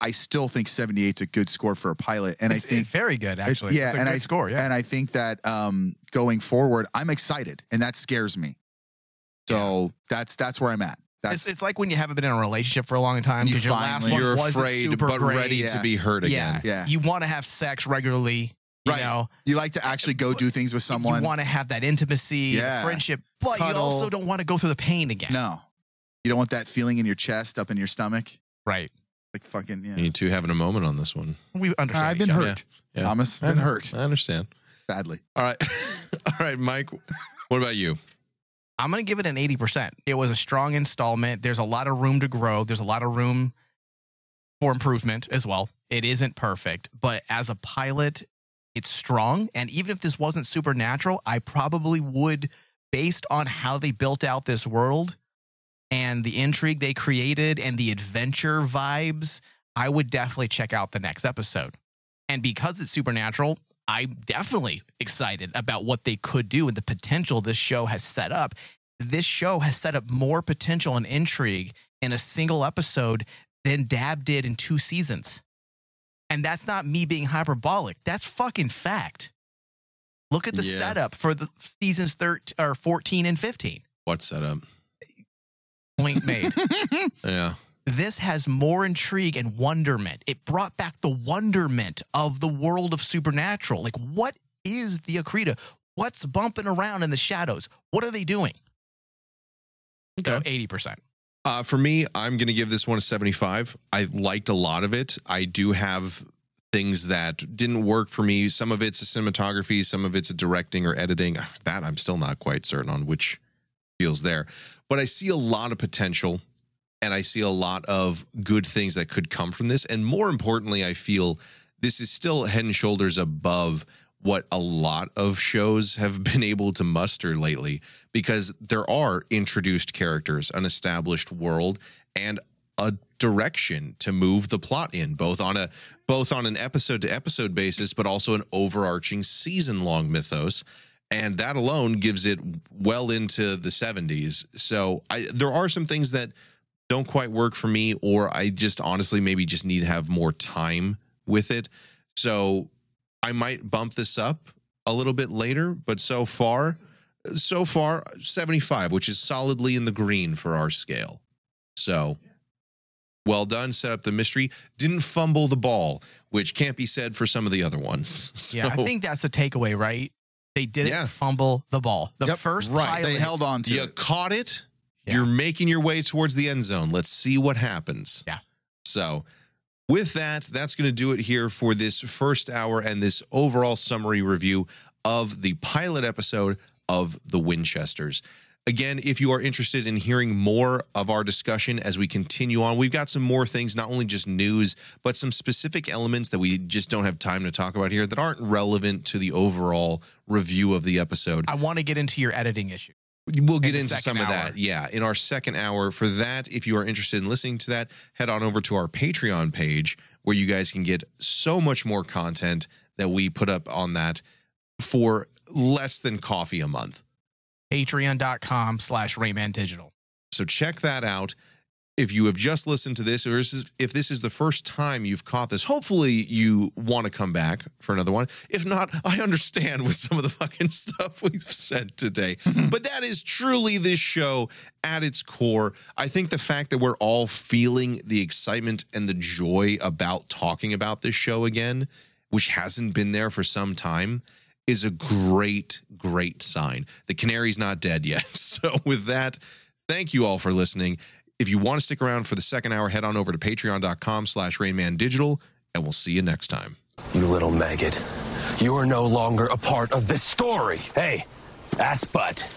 I still think 78 is a good score for a pilot. And
It's-
I
it's
think,
very good actually.
yeah,
it's a
and
good
I-
score. Yeah,
and I think that um, going forward, I'm excited, and that scares me. So that's that's where I'm at. That's
it's, it's like when you haven't been in a relationship for a long time
You
because your last
finally-
one
You're
wasn't
afraid,
super
but
great.
ready to
Yeah.
be hurt
yeah,
again.
Yeah.
You want to have sex regularly. You
Right.
know,
you like to actually go do things with someone.
you want to have that intimacy,
Yeah.
friendship, but you
Cuddle.
also don't want to go through the pain again.
no, you don't want that feeling in your chest, up in your stomach,
Right.
like fucking yeah.
You two having a moment on this one.
We understand.
I've
each
been
other.
hurt.
Yeah.
Thomas, been hurt,
I understand.
sadly.
All right. All right, Mike. What about you?
I'm going to give it an 80%. It was a strong installment. There's a lot of room to grow. There's a lot of room for improvement as well. It isn't perfect, but as a pilot, it's strong. And even if this wasn't supernatural, I probably would, based on how they built out this world and the intrigue they created and the adventure vibes, I would definitely check out the next episode. And because it's supernatural, I'm definitely excited about what they could do and the potential this show has set up. This show has set up more potential and intrigue in a single episode than Dab did in two seasons. And that's not me being hyperbolic. That's fucking fact. Look at the
Yeah.
setup for the seasons 13 or 14 and 15.
What setup?
Point made.
Yeah.
this has more intrigue and wonderment. It brought back the wonderment of the world of supernatural. Like, what is the Akrita? What's bumping around in the shadows? What are they doing? So eighty percent.
Uh, for me, I'm going to give this one a 75. I liked a lot of it. I do have things that didn't work for me. Some of it's a cinematography, some of it's a directing or editing. Ah, That I'm still not quite certain on which feels there. But I see a lot of potential and I see a lot of good things that could come from this. And more importantly, I feel this is still head and shoulders above what a lot of shows have been able to muster lately because there are introduced characters, an established world, and a direction to move the plot in both on a both on an episode to episode basis but also an overarching season long mythos and that alone gives it well into the 70s so i there are some things that don't quite work for me or i just honestly maybe just need to have more time with it so i might bump this up a little bit later but so far so far 75 which is solidly in the green for our scale so well done set up the mystery didn't fumble the ball which can't be said for some of the other ones
Yeah, I
So-
think that's the takeaway, right? They didn't
Yeah.
fumble the ball. The
Yep,
first
right.
pilot,
They held on to
you
it.
caught it.
Yeah.
You're making your way towards the end zone. Let's see what happens.
Yeah.
So, with that, that's going to do it here for this first hour and this overall summary review of the pilot episode of The Winchesters. Again, if you are interested in hearing more of our discussion as we continue on, we've got some more things, not only just news, but some specific elements that we just don't have time to talk about here that aren't relevant to the overall review of the episode
I want to get into your editing issue.
we'll get
the
into
second
some of
hour.
that yeah in our second hour for that if you are interested in listening to that head on over to our patreon page where you guys can get so much more content that we put up on that for less than coffee a month
Patreon.com slash Rayman Digital.
so check that out if you have just listened to this or this is- if this is the first time you've caught this hopefully you want to come back for another one if not i understand with some of the fucking stuff we've said today but that is truly this show at its core i think the fact that we're all feeling the excitement and the joy about talking about this show again which hasn't been there for some time is a great great sign the canary's not dead yet so with that thank you all for listening if you want to stick around for the second hour, head on over to patreon.com slash rainmandigital, and we'll see you next time.
You little maggot. You are no longer a part of this story. Hey, ass butt.